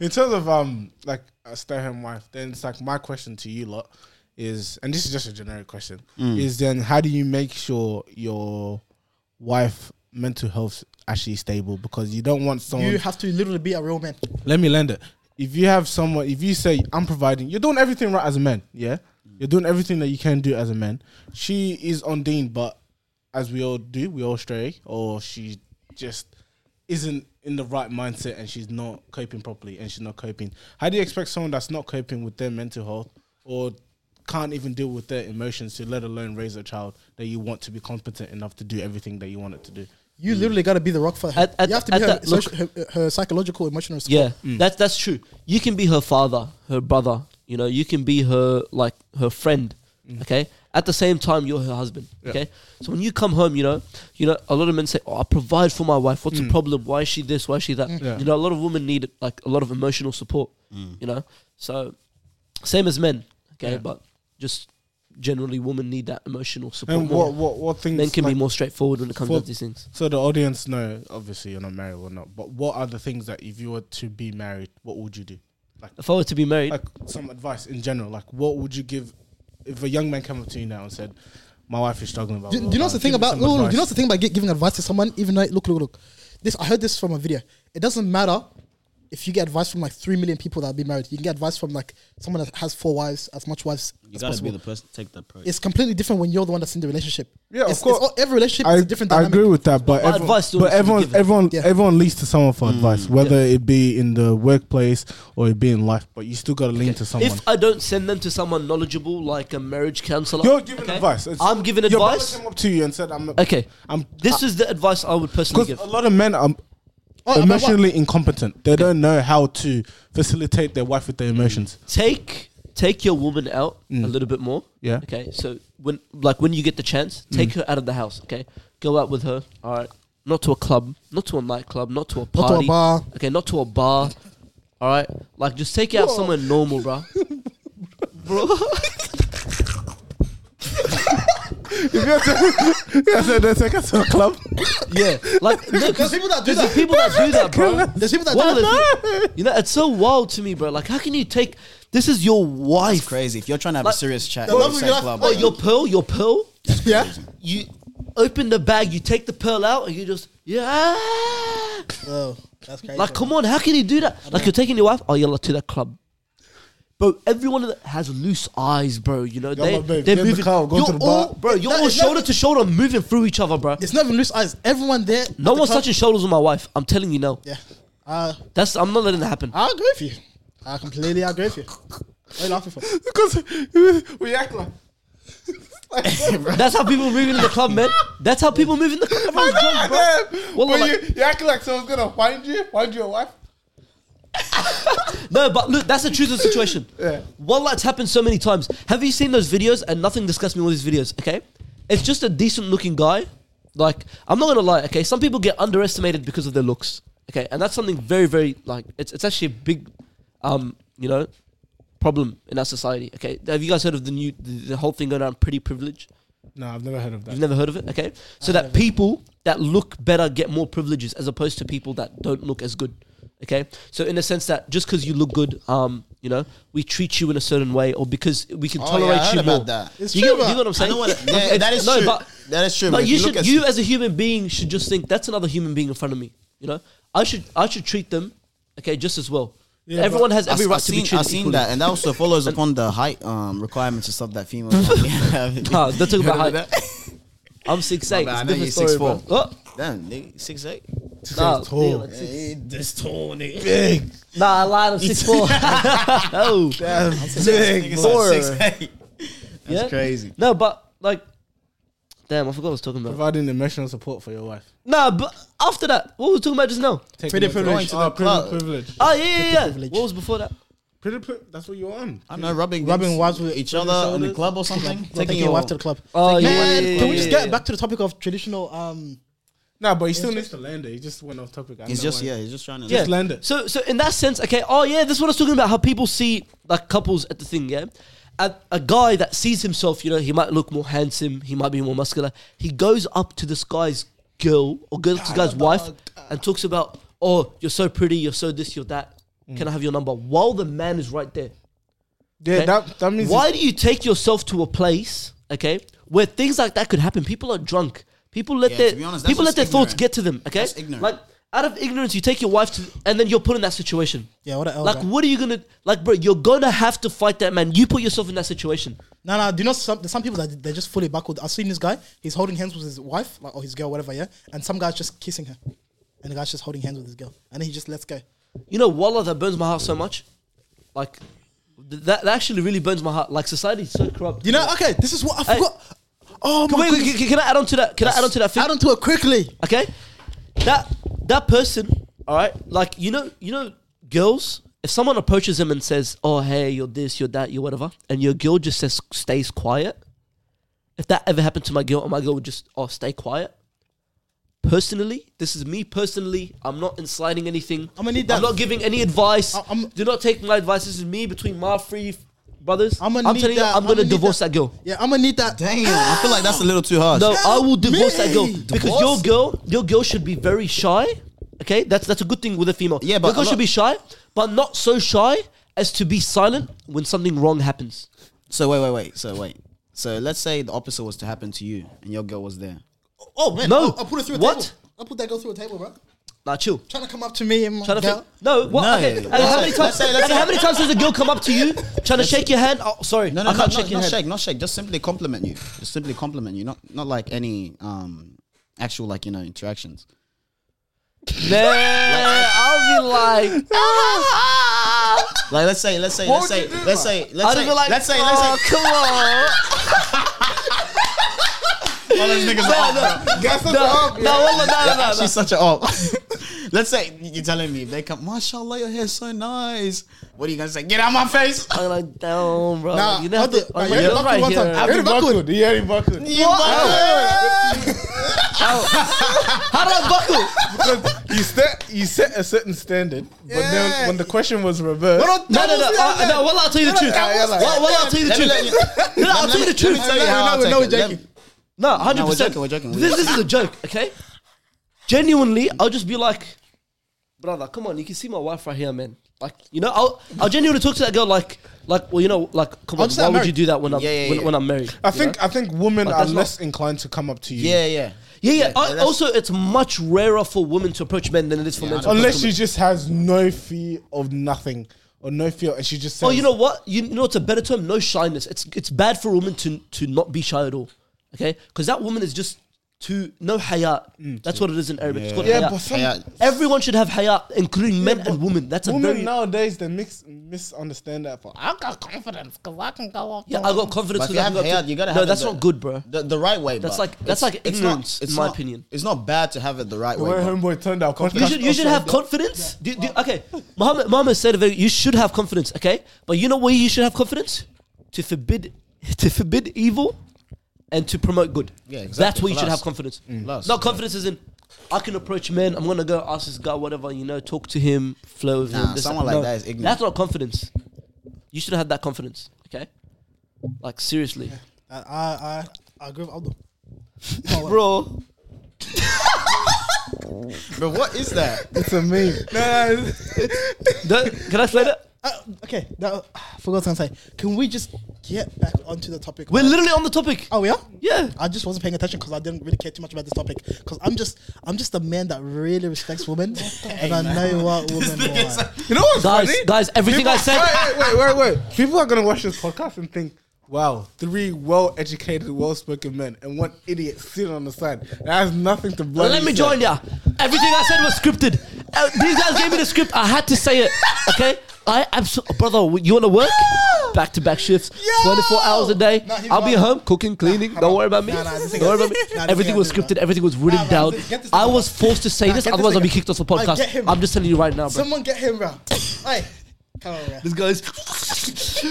Speaker 4: in terms of um like a stay home wife, then it's like my question to you lot is, and this is just a generic question,
Speaker 1: Mm.
Speaker 4: is then how do you make sure your wife mental health's actually stable because you don't want someone
Speaker 5: You have to literally be a real man.
Speaker 4: let me lend it. If you have someone, if you say I'm providing, you're doing everything right as a man. Yeah, you're doing everything that you can do as a man. She is undeemed, but as we all do, we all stray, or she just isn't in the right mindset and she's not coping properly and she's not coping. How do you expect someone that's not coping with their mental health or can't even deal with their emotions to let alone raise a child that you want to be competent enough to do everything that you want it to do?
Speaker 5: You literally got to be the rock for her.
Speaker 1: At- at-
Speaker 5: you have to be
Speaker 1: at
Speaker 5: her,
Speaker 1: that- look-
Speaker 5: social, her, her psychological, emotional support.
Speaker 1: Yeah, that's that's true. You can be her father, her brother. You know, you can be her like her friend.
Speaker 4: Mm.
Speaker 1: Okay. At the same time, you're her husband. Okay. So when you come home, you know, you know, a lot of men say, "Oh, I provide for my wife. What's the problem? Why is she this? Why is she that?"
Speaker 4: Mm. Yeah.
Speaker 1: You know, a lot of women need like a lot of emotional support. You know, so same as men. Okay,
Speaker 4: Yeah.
Speaker 1: but just generally, women need that emotional support.
Speaker 4: And
Speaker 1: more.
Speaker 4: what what what things
Speaker 1: men can
Speaker 4: like-
Speaker 1: be more straightforward when it comes
Speaker 4: for-
Speaker 1: to these things.
Speaker 4: So the audience know, obviously, you're not married or not. But what are the things that if you were to be married, what would you do? Like,
Speaker 1: If I were to be married,
Speaker 4: like some advice in general. Like, what would you give if a young man came up to you now and said, "My wife is struggling"? Blah,
Speaker 5: Do,
Speaker 4: blah,
Speaker 5: do you know
Speaker 4: blah,
Speaker 5: what's the
Speaker 4: give
Speaker 5: thing
Speaker 4: me
Speaker 5: about?
Speaker 4: some
Speaker 5: Look, look,
Speaker 4: advice."
Speaker 5: do you know what's the thing about gi- giving advice to someone? Even though, look, look, look. This I heard this from a video. It doesn't matter if you get advice from like three million people that have been married. You can get advice from like someone that has four wives, as much wives
Speaker 6: You
Speaker 5: as
Speaker 6: gotta
Speaker 5: possible.
Speaker 6: be the person to take the approach.
Speaker 5: it's completely different when you're the one that's in the relationship.
Speaker 4: Yeah, of
Speaker 5: It's- it's
Speaker 4: course.
Speaker 5: all- every relationship
Speaker 4: I,
Speaker 5: is a different
Speaker 4: I
Speaker 5: dynamic.
Speaker 4: agree with that, but,
Speaker 1: But
Speaker 4: everyone,
Speaker 1: advice still
Speaker 4: but
Speaker 1: needs to be
Speaker 4: everyone,
Speaker 1: given.
Speaker 4: everyone,
Speaker 5: Yeah.
Speaker 4: everyone leads to someone for advice, whether it be in the workplace or it be in life. But you still got to lean to someone.
Speaker 1: If I don't send them to someone knowledgeable, like a marriage counselor,
Speaker 4: you're giving
Speaker 1: okay,
Speaker 4: advice. It's-
Speaker 1: I'm giving
Speaker 4: your brother
Speaker 1: advice.
Speaker 4: Came up to you and said, "I'm."
Speaker 1: Okay,
Speaker 4: I'm uh,
Speaker 1: this is the advice I would personally
Speaker 4: Because
Speaker 1: give.
Speaker 4: a lot of men are Oh,
Speaker 5: about
Speaker 4: emotionally incompetent. They don't know how to facilitate their wife with their emotions.
Speaker 1: Take take your woman out a little bit more.
Speaker 4: Mm. Yeah. Mm.
Speaker 1: Okay. So when like when you get the chance, take her out of the house. Okay. Go out with her. All right. Not to a club. Not to a nightclub. Not to a
Speaker 5: Not
Speaker 1: party.
Speaker 5: to a bar.
Speaker 1: Okay. Not to a bar. All right. Like just take her out somewhere normal, bro. bro.
Speaker 4: yeah, so they take us to a club.
Speaker 1: Yeah, like no, 'cause
Speaker 5: There's people that do
Speaker 1: there's
Speaker 5: that.
Speaker 1: people that do that, bro.
Speaker 5: There's people that
Speaker 1: Wow,
Speaker 5: do that.
Speaker 1: there's- you know, it's so wild to me, bro. Like, how can you take this is your
Speaker 6: It's
Speaker 1: wife?
Speaker 6: crazy. If you're trying to have
Speaker 1: Like-
Speaker 6: a serious chat,
Speaker 5: The
Speaker 6: you
Speaker 5: love of
Speaker 6: say
Speaker 5: your life-
Speaker 6: club,
Speaker 1: Oh,
Speaker 6: bro.
Speaker 1: your pearl, your pearl.
Speaker 5: Yeah,
Speaker 1: You open the bag, you take the pearl out, and you just yeah.
Speaker 5: Whoa, that's crazy.
Speaker 1: Like, come on, how can you do that? Like, you're taking your wife. Oh, you're to that club. Bro, everyone that has loose eyes, bro. You know they
Speaker 4: like, babe,
Speaker 1: they're
Speaker 4: get in the
Speaker 1: moving.
Speaker 4: car, go to
Speaker 1: you're
Speaker 4: the
Speaker 1: all,
Speaker 4: bar.
Speaker 1: bro. You're
Speaker 5: No,
Speaker 1: all
Speaker 5: it's not-
Speaker 1: shoulder to shoulder, moving through each other, bro.
Speaker 5: It's not even loose eyes. Everyone there.
Speaker 1: No
Speaker 5: at
Speaker 1: one's
Speaker 5: the club-
Speaker 1: touching shoulders with my wife. I'm telling you now.
Speaker 5: Yeah, uh,
Speaker 1: That's I'm not letting that happen.
Speaker 5: I agree with you. I completely agree with you. What are you laughing for?
Speaker 4: Because we act like.
Speaker 1: That's how people move in the club, man. That's how people move in the club. Everyone's drunk, bro. Well,
Speaker 4: Well,
Speaker 1: like-
Speaker 4: you, you act like someone's gonna find you, find your wife.
Speaker 1: No, but look, that's the truth of the situation.
Speaker 4: Yeah.
Speaker 1: Wallah, it's happened so many times. Have you seen those videos? And nothing disgusts me more these videos, okay? It's just a decent looking guy. Like, I'm not gonna lie, okay? Some people get underestimated because of their looks, okay? And that's something very, very, like, it's, it's actually a big, um, you know, problem in our society, okay? Have you guys heard of the new, the, the whole thing going around pretty privilege?
Speaker 4: No, I've never heard of that.
Speaker 1: You've never heard of it, okay? So that people that look better get more privileges as opposed to people that don't look as good, okay? So in a sense that just because you look good, um, you know, we treat you in a certain way, or because we can
Speaker 6: Oh, yeah, I
Speaker 1: tolerate
Speaker 6: heard
Speaker 1: you
Speaker 6: about
Speaker 1: more.
Speaker 6: that.
Speaker 5: It's
Speaker 1: you,
Speaker 5: true,
Speaker 1: get, you
Speaker 5: but
Speaker 1: get what I'm
Speaker 6: I
Speaker 1: saying?
Speaker 6: know what- yeah,
Speaker 1: It's-
Speaker 6: that is
Speaker 1: no,
Speaker 6: true.
Speaker 1: but
Speaker 6: That is true.
Speaker 1: But
Speaker 6: if
Speaker 1: you
Speaker 6: look
Speaker 1: should,
Speaker 6: at-
Speaker 1: you as a human being, should just think that's another human being in front of me. You know, I should, I should treat them, okay, just as well. Everyone has
Speaker 6: I-
Speaker 1: every right
Speaker 6: I've
Speaker 1: to
Speaker 6: seen,
Speaker 1: be treated
Speaker 6: I've seen
Speaker 1: equally.
Speaker 6: that, and that also follows upon the height um, requirements and stuff that females have.
Speaker 1: Ah, they're talking about height.
Speaker 6: Remember that?
Speaker 1: I'm six
Speaker 6: My
Speaker 1: eight.
Speaker 6: bad,
Speaker 1: It's
Speaker 6: I
Speaker 1: a
Speaker 6: know
Speaker 1: different
Speaker 6: you're
Speaker 1: story, bro. Oh,
Speaker 6: 6'4". Damn, nigga, six eight.
Speaker 1: nah,
Speaker 4: tall.
Speaker 1: yeah, like-
Speaker 6: This tall nigga.
Speaker 1: nah, I lied. I'm six four. oh,
Speaker 6: Nigga's like six eight. That's
Speaker 1: Yeah?
Speaker 6: crazy.
Speaker 1: no, but like, damn, I forgot what I was talking about.
Speaker 4: Providing emotional support for your wife.
Speaker 1: Nah, but after that, what were we talking about just now?
Speaker 4: Take
Speaker 6: Pretty
Speaker 4: them
Speaker 6: privilege.
Speaker 4: Oh,
Speaker 6: Oh,
Speaker 4: pretty
Speaker 6: clout.
Speaker 4: privilege.
Speaker 1: Oh yeah, yeah, yeah. What was before that?
Speaker 4: Pretty pri- That's what you're on.
Speaker 6: I don't know, rubbing
Speaker 5: Rubbing
Speaker 6: dicks
Speaker 5: wives with
Speaker 6: each other in the club or something.
Speaker 5: Taking, your wife to the club.
Speaker 1: Oh yeah,
Speaker 5: Man,
Speaker 1: yeah, yeah,
Speaker 5: can we
Speaker 1: yeah,
Speaker 5: just
Speaker 1: yeah,
Speaker 5: get
Speaker 1: yeah.
Speaker 5: back to the topic of traditional? Um,
Speaker 4: No, but he still needs to land it. He just went off topic. I
Speaker 6: He's
Speaker 4: know
Speaker 6: just
Speaker 4: why.
Speaker 6: yeah, he's just trying to.
Speaker 1: Yeah.
Speaker 4: Just land it.
Speaker 1: So, so in that sense, okay. Oh yeah, this is what I was talking about. How people see like couples at the thing. Yeah, a, a guy that sees himself, you know, he might look more handsome, he might be more muscular. He goes up to this guy's girl or goes up to this guy's wife and talks about, oh, you're so pretty, you're so this, you're that. Can I have your number? While the man is right there.
Speaker 4: Yeah,
Speaker 1: Okay?
Speaker 4: that, that means
Speaker 1: Why do you take yourself to a place, okay, where things like that could happen? People are drunk. People let
Speaker 6: Yeah, to
Speaker 1: their
Speaker 6: be honest, that's
Speaker 1: people let
Speaker 6: just
Speaker 1: their thoughts
Speaker 6: ignorant.
Speaker 1: get to them. Okay,
Speaker 6: That's ignorant.
Speaker 1: like out of ignorance, you take your wife to, and then you're put in that situation.
Speaker 5: yeah, what the hell?
Speaker 1: like,
Speaker 5: bro?
Speaker 1: what are you gonna like, bro? You're gonna have to fight that man. You put yourself in that situation.
Speaker 5: No, no. Do you know some? There's some people that they're just fully backward. I've seen this guy. He's holding hands with his wife, like or his girl, whatever. Yeah, and some guy's just kissing her, and the guy's just holding hands with his girl, and then he just lets go.
Speaker 1: You know, wallah, that burns my heart so much. Like, th- that, that actually really burns my heart. Like, society's so corrupt.
Speaker 5: You know? Okay, this is what I
Speaker 1: Hey.
Speaker 5: forgot. Oh my
Speaker 1: Wait, wait,
Speaker 5: goodness.
Speaker 1: can, can I add on to that? Can I add on to that? thing?
Speaker 5: Add onto it quickly.
Speaker 1: okay that that person all right like you know you know girls if someone approaches them and says oh hey you're this you're that you're whatever and your girl just says stays quiet if that ever happened to my girl and my girl would just oh stay quiet personally this is me personally i'm not inciting anything
Speaker 5: I'm gonna need that.
Speaker 1: i'm not giving any advice
Speaker 5: I- I'm-
Speaker 1: do not take my advice this is me between my three f- brothers
Speaker 5: I'm
Speaker 1: i'm,
Speaker 5: gonna need
Speaker 1: telling you
Speaker 5: that.
Speaker 1: i'm gonna
Speaker 5: need
Speaker 1: divorce that.
Speaker 5: that
Speaker 1: girl
Speaker 5: Yeah, I'm gonna need that.
Speaker 6: Damn, I feel like that's a little too harsh.
Speaker 1: no, I will
Speaker 5: Help
Speaker 1: divorce that girl
Speaker 5: me.
Speaker 1: because your girl, your girl should be very shy. Okay, that's that's a good thing with a female.
Speaker 6: Yeah, but
Speaker 1: your girl
Speaker 6: a lot-
Speaker 1: should be shy, but not so shy as to be silent when something wrong happens.
Speaker 6: So wait, wait, wait. So wait. So let's say the opposite was to happen to you, and your girl was there.
Speaker 5: Oh man,
Speaker 1: No.
Speaker 5: I, I put it through a
Speaker 1: What?
Speaker 5: table. I put that girl through a table, bro.
Speaker 1: Nah, chill.
Speaker 5: Trying to come up to me and my
Speaker 1: Trying to
Speaker 5: girl.
Speaker 1: think. No, what?
Speaker 6: No.
Speaker 1: Okay. And
Speaker 6: Let's
Speaker 1: how
Speaker 6: say-
Speaker 1: many times?
Speaker 6: let's say- let's
Speaker 1: and
Speaker 6: say-
Speaker 1: how many times does a girl come up to you trying to shake your hand? Oh, sorry,
Speaker 6: No, no,
Speaker 1: I can't
Speaker 6: no,
Speaker 1: shake
Speaker 6: no,
Speaker 1: your
Speaker 6: not
Speaker 1: hand.
Speaker 6: shake, not shake. Just simply compliment you. Just simply compliment you. Not, not like any um actual like you know interactions.
Speaker 1: Nah, I'll be like,
Speaker 6: Like let's say, let's say, let's say, let's say, let's
Speaker 1: I'll
Speaker 6: say,
Speaker 1: be like,
Speaker 6: let's say,
Speaker 1: oh,
Speaker 6: let's say.
Speaker 1: come on.
Speaker 6: All those niggas are off, bro.
Speaker 1: No, no, wallah, no, no, no,
Speaker 6: She's such an op. let's say you're telling me they come. Mashallah, your hair's so nice. What are you gonna say? Get out my face.
Speaker 1: I'm like, down, bro.
Speaker 5: Nah,
Speaker 1: Like, you know,
Speaker 5: I'll do-
Speaker 1: to-
Speaker 5: nah,
Speaker 1: like,
Speaker 5: you're
Speaker 1: you're
Speaker 5: lucky
Speaker 1: right
Speaker 5: one
Speaker 1: here.
Speaker 5: time.
Speaker 4: Harry
Speaker 5: Harry
Speaker 4: Buckwood. Yeah, Harry Buckwood.
Speaker 6: You bastard.
Speaker 1: How did I buckle?
Speaker 4: Because you set you set a certain standard, but then when the question was reversed,
Speaker 5: What
Speaker 1: No, no, no.
Speaker 5: That
Speaker 1: Uh, no, well, I'll tell you the truth.
Speaker 4: yeah, yeah, like-
Speaker 1: Well, well, I'll tell you the
Speaker 6: Let me let
Speaker 1: truth.
Speaker 6: you-
Speaker 1: No, I'll
Speaker 6: let
Speaker 1: tell you
Speaker 6: me-
Speaker 1: the truth.
Speaker 6: Let me tell you how I'll
Speaker 5: no,
Speaker 6: take it. Let
Speaker 5: joking.
Speaker 6: me-
Speaker 1: No, hundred
Speaker 6: we're
Speaker 1: percent.
Speaker 6: joking, we're joking, we're
Speaker 1: This, this is a joke, okay? Genuinely, I'll just be like, brother, come on, you can see my wife right here, man. Like, you know, I'll I'll genuinely talk to that girl like, like, well, you know, like, come on,
Speaker 5: just
Speaker 1: why
Speaker 5: get
Speaker 1: would
Speaker 5: married.
Speaker 1: you do that when I'm
Speaker 6: Yeah, yeah,
Speaker 1: when,
Speaker 6: yeah.
Speaker 1: when I'm married?
Speaker 4: I
Speaker 1: you
Speaker 4: think
Speaker 1: know?
Speaker 4: I think women
Speaker 1: But
Speaker 4: are
Speaker 1: that's not-
Speaker 4: less inclined to come up to you.
Speaker 6: Yeah, yeah.
Speaker 1: Yeah, yeah. I-
Speaker 6: that's-
Speaker 1: also, it's much rarer for women to approach men than it is for men to approach
Speaker 4: Unless
Speaker 1: women.
Speaker 4: she just has no fear of nothing or no fear, and she just says,
Speaker 1: Oh, you know what? You know it's a better term. No shyness. It's it's bad for a woman to to not be shy at all. Okay, because that woman is just too no hayat. That's what it is in Arabic. It's called
Speaker 4: Yeah,
Speaker 1: hayat.
Speaker 4: but some
Speaker 6: Mm. Yeah.
Speaker 1: Everyone should have hayat, including men and women. That's a
Speaker 4: women
Speaker 1: very
Speaker 4: nowadays they mix misunderstand that for. I got confidence because I can go up.
Speaker 1: yeah. I got confidence.
Speaker 6: But if you
Speaker 1: because I
Speaker 6: have
Speaker 1: can go up
Speaker 6: hayat,
Speaker 1: to-
Speaker 6: you gotta
Speaker 1: No,
Speaker 6: have it
Speaker 1: that's
Speaker 6: the-
Speaker 1: not good, bro.
Speaker 6: The, the right way.
Speaker 1: That's
Speaker 6: bro.
Speaker 1: like- that's like ignorance, in my opinion.
Speaker 6: It's not bad to have it the right way.
Speaker 4: Where
Speaker 6: bro.
Speaker 4: homeboy turned out
Speaker 1: You
Speaker 4: confidence.
Speaker 1: should you should have confidence. Do- do- okay, Muhammad Muhammad said a very- you should have confidence. Okay, but you know where you should have confidence to forbid to forbid evil and to promote good.
Speaker 6: Yeah,
Speaker 1: That's
Speaker 6: exactly. Mm.
Speaker 1: where you should
Speaker 6: Plus.
Speaker 1: have confidence.
Speaker 6: Plus,
Speaker 1: Not confidence is in I can approach men. I'm gonna go ask this guy whatever you know, talk to him, flow with
Speaker 6: Nah,
Speaker 1: him. this-
Speaker 6: someone like that is ignorant.
Speaker 1: That's not confidence. You should have that confidence. Okay, like seriously,
Speaker 5: I, I, I agree with Aldo.
Speaker 1: bro.
Speaker 6: But what is that?
Speaker 4: It's a meme. Nah,
Speaker 1: Don't- can I say that?
Speaker 5: Uh, okay, that, I forgot what I was gonna say. Can we just get back onto the topic.
Speaker 1: We're literally on the topic.
Speaker 5: oh yeah,
Speaker 1: Yeah.
Speaker 5: I just wasn't paying attention because I didn't really care too much about this topic. Because I'm just, I'm just a man that really respects women, and I know what women want.
Speaker 4: You know what's
Speaker 1: Guys,
Speaker 4: funny?
Speaker 1: guys, everything
Speaker 4: People-
Speaker 1: I said-
Speaker 4: Wait, wait, wait, wait, wait. People are gonna watch this podcast and think, "Wow, three well-educated, well-spoken men and one idiot sitting on the side that has nothing to bloody."
Speaker 1: Let me
Speaker 4: say."
Speaker 1: join ya. Everything I said was scripted. Uh, these guys gave me the script. I had to say it. Okay. I absolutely, brother. You want to work? Back to back shifts, twenty four hours a day.
Speaker 5: Nah, he's
Speaker 1: I'll be
Speaker 5: wrong.
Speaker 1: home cooking, cleaning. Don't worry about me.
Speaker 5: Nah, nah, this
Speaker 1: Don't
Speaker 5: nigga-
Speaker 1: worry about me.
Speaker 5: Nah, this
Speaker 1: Everything
Speaker 5: nigga
Speaker 1: was
Speaker 5: do
Speaker 1: scripted. Everything was written
Speaker 5: Nah,
Speaker 1: down.
Speaker 5: nah, get this
Speaker 1: I
Speaker 5: nigga.
Speaker 1: was forced to say
Speaker 5: Nah,
Speaker 1: this,
Speaker 5: get this
Speaker 1: otherwise I'll be
Speaker 5: nigga.
Speaker 1: kicked off the
Speaker 5: Nah,
Speaker 1: podcast.
Speaker 5: get him.
Speaker 1: I'm just telling you right now, bro.
Speaker 5: Someone get him, bro. Hey, come on, bro.
Speaker 1: this guy's.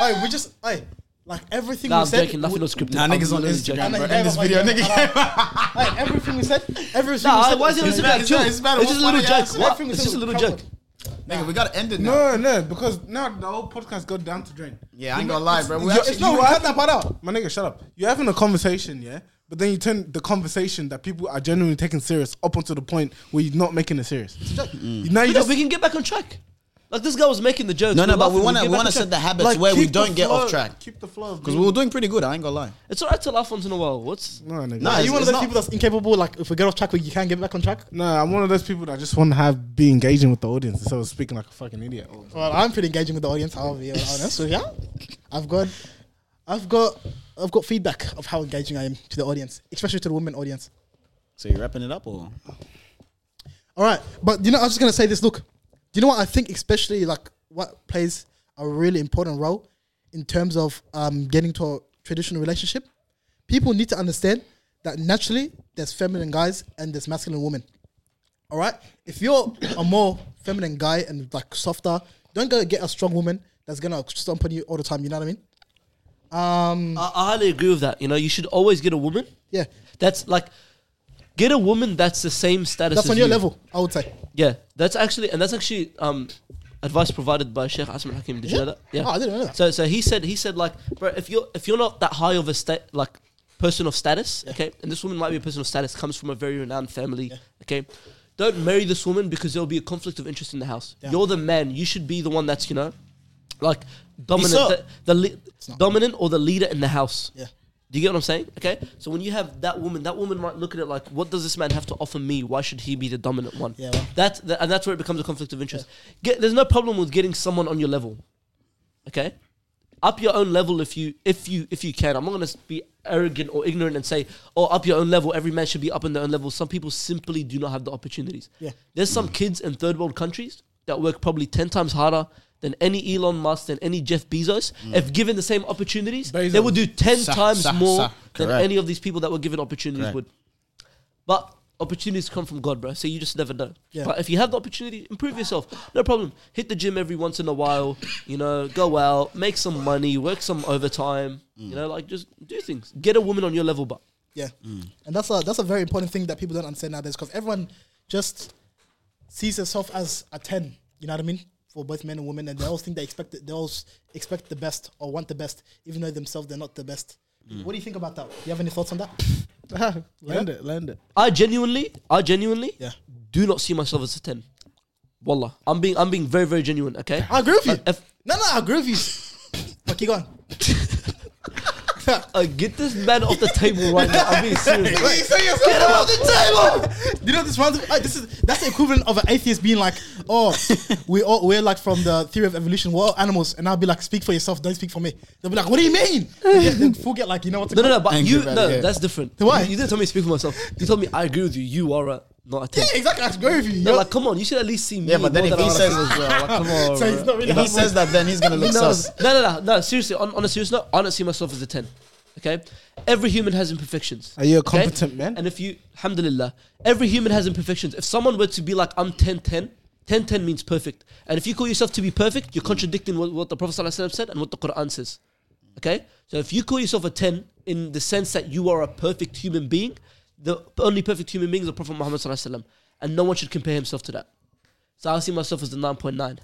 Speaker 5: Hey, we just, hey, like everything
Speaker 1: nah,
Speaker 5: we
Speaker 1: I'm
Speaker 5: said.
Speaker 1: joking. Nothing was scripted.
Speaker 6: Nah,
Speaker 1: I'm
Speaker 6: niggas on
Speaker 1: literally
Speaker 6: Instagram,
Speaker 1: joking.
Speaker 5: Nah, nah,
Speaker 6: bro.
Speaker 5: he
Speaker 6: End
Speaker 5: gave
Speaker 6: this
Speaker 5: up,
Speaker 6: video,
Speaker 5: he gave
Speaker 6: nigga.
Speaker 5: up. Hey, everything we said, everything we
Speaker 1: Nah,
Speaker 5: said.
Speaker 1: why is it
Speaker 5: was-
Speaker 1: on Instagram? Chill.
Speaker 6: it's bad.
Speaker 1: It's just a little
Speaker 6: What's funny?
Speaker 1: joke. What?
Speaker 5: Everything we
Speaker 1: It's
Speaker 5: said
Speaker 1: just a
Speaker 5: was
Speaker 1: little
Speaker 5: covered.
Speaker 1: joke.
Speaker 6: Nigga, we gotta end it now.
Speaker 4: No, no, because now the whole podcast go down to drain.
Speaker 6: Yeah, I ain't gonna lie, bro. We
Speaker 4: Yo,
Speaker 6: actually,
Speaker 4: it's not,
Speaker 6: you
Speaker 4: we
Speaker 6: are-
Speaker 4: cut that part out. My nigga, shut up. You're having a conversation, yeah? But then you turn the conversation that people are genuinely taking serious up until the point where you're not making it serious. Now you
Speaker 1: No, we
Speaker 4: just
Speaker 1: can get back on track. Like this guy was making the jokes.
Speaker 6: No, no,
Speaker 1: we're
Speaker 6: but we
Speaker 1: laughing,
Speaker 6: wanna-
Speaker 1: get
Speaker 6: we
Speaker 1: back
Speaker 6: wanna
Speaker 1: on
Speaker 6: set
Speaker 1: track.
Speaker 6: the habits where we
Speaker 4: keep the
Speaker 6: don't get off
Speaker 4: flow.
Speaker 6: track.
Speaker 4: Keep the flow.
Speaker 6: Because we were doing pretty good, I ain't gonna lie.
Speaker 1: It's alright to laugh once in a while. What's
Speaker 4: No, nigga.
Speaker 6: Nah,
Speaker 5: Are
Speaker 6: it's-
Speaker 5: you one
Speaker 6: it's
Speaker 5: of those
Speaker 6: not-
Speaker 5: people that's incapable? Like, if we get off track, we you can't get back on track.
Speaker 4: No, I'm one of those people that just want to have be engaging with the audience instead of speaking like a fucking idiot.
Speaker 5: Well, I'm pretty engaging with the audience. I'll be honest with you. I've got, I've got, I've got feedback of how engaging I am to the audience, especially to the women audience.
Speaker 6: So you wrapping it up or?
Speaker 5: All right, but you know, I was just gonna say this. Look, do you know what I think? Especially like what plays a really important role in terms of um, getting to a traditional relationship. People need to understand that naturally there's feminine guys and there's masculine women. All right, if you're a more feminine guy and like softer, don't go get a strong woman that's gonna stomp on you all the time. You know what I mean?
Speaker 1: I, I highly agree with that. You know, you should always get a woman.
Speaker 5: Yeah,
Speaker 1: That's like get a woman that's the same status.
Speaker 5: that's
Speaker 1: as
Speaker 5: on your
Speaker 1: you.
Speaker 5: level. I would say.
Speaker 1: Yeah, that's actually and that's actually um advice provided by Sheikh Asman Hakim. Did you
Speaker 5: Yeah.
Speaker 1: know that? Yeah,
Speaker 5: Oh, I didn't know that.
Speaker 1: So so he said he said like bro, if you're if you're not that high of a state like person of status, okay, and this woman might be a person of status comes from a very renowned family, okay. Don't marry this woman because there'll be a conflict of interest in the house. You're the man. You should be the one that's you know, like dominant,
Speaker 6: up.
Speaker 1: the, the le- dominant or the leader in the house.
Speaker 5: Yeah.
Speaker 1: Do you get what I'm saying? Okay. So when you have that woman, that woman might look at it like, what does this man have to offer me? Why should he be the dominant one?
Speaker 5: Yeah, well.
Speaker 1: That's the, and that's where it becomes a conflict of interest. Get, there's no problem with getting someone on your level. Okay? Up your own level if you if you if you can. I'm not gonna be arrogant or ignorant and say, oh, up your own level. Every man should be up in their own level. Some people simply do not have the opportunities.
Speaker 5: Yeah.
Speaker 1: There's some kids in third world countries that work probably ten times harder than any Elon Musk, than any Jeff Bezos.
Speaker 5: Mm.
Speaker 1: If given the same opportunities, they
Speaker 4: Bezos.
Speaker 1: would do ten
Speaker 6: Sa-
Speaker 1: times
Speaker 6: sa-
Speaker 1: more
Speaker 6: sa-
Speaker 1: than
Speaker 6: correct.
Speaker 1: any of these people that were given opportunities
Speaker 6: Correct.
Speaker 1: would. But opportunities come from God, bro. So you just never know.
Speaker 5: Yeah.
Speaker 1: But if you have the opportunity, improve yourself. No problem. Hit the gym every once in a while. You know, go out, make some money, work some overtime. You know, like just do things. Get a woman on your level, but
Speaker 5: Yeah, and that's a that's a very important thing that people don't understand nowadays because everyone just sees herself as a ten. You know what I mean? For both men and women, and they always think they expect it, they always expect the best or want the best, even though themselves they're not the best. What do you think about that? Do you have any thoughts on that?
Speaker 4: land it, land it.
Speaker 1: I genuinely, I genuinely,
Speaker 5: Yeah.
Speaker 1: do not see myself as a ten. Wallah, I'm being, I'm being very, very genuine. Okay.
Speaker 5: I agree with you.
Speaker 1: Like, if-
Speaker 5: no, no, I agree with you. but keep going.
Speaker 1: Uh, get this man off the table right now. I'm being serious.
Speaker 5: Get off the table! you know this one. Uh, this is that's the equivalent of an atheist being like, "Oh, we all we're like from the theory of evolution. We're all animals." And I'll be like, "Speak for yourself. Don't speak for me." They'll be like, "What do you mean?" Then forget like you know what.
Speaker 1: No, no, no. But
Speaker 6: Angry
Speaker 1: you,
Speaker 6: about
Speaker 1: no,
Speaker 6: it, yeah.
Speaker 1: that's different.
Speaker 5: Why?
Speaker 1: You, you didn't tell me to speak for myself. You told me I agree with you. You are a not a ten.
Speaker 5: Yeah, exactly. I agree with you.
Speaker 1: No,
Speaker 5: You're-
Speaker 1: like, come on, you should at least see me.
Speaker 6: Yeah, but then
Speaker 1: more
Speaker 6: if
Speaker 1: than
Speaker 6: he
Speaker 1: I
Speaker 6: says,
Speaker 1: wanna-
Speaker 6: well, like, come on,
Speaker 5: so
Speaker 6: bro.
Speaker 5: it's not really.
Speaker 6: if he
Speaker 5: helpful.
Speaker 6: says that, then he's gonna look
Speaker 1: no,
Speaker 6: sus.
Speaker 1: no, no, no, no, seriously, on, on a serious note, I don't see myself as a 10. Okay? Every human has imperfections.
Speaker 4: Are you a
Speaker 1: okay?
Speaker 4: competent man?
Speaker 1: And if you, alhamdulillah, every human has imperfections. If someone were to be like, I'm 10 10, 10 10 means perfect. And if you call yourself to be perfect, you're contradicting what, what the Prophet ﷺ said and what the Quran says. Okay? So if you call yourself a 10 in the sense that you are a perfect human being, the only perfect human being is the Prophet Muhammad. ﷺ, And no one should compare himself to that. So I see myself as the 9.9. No,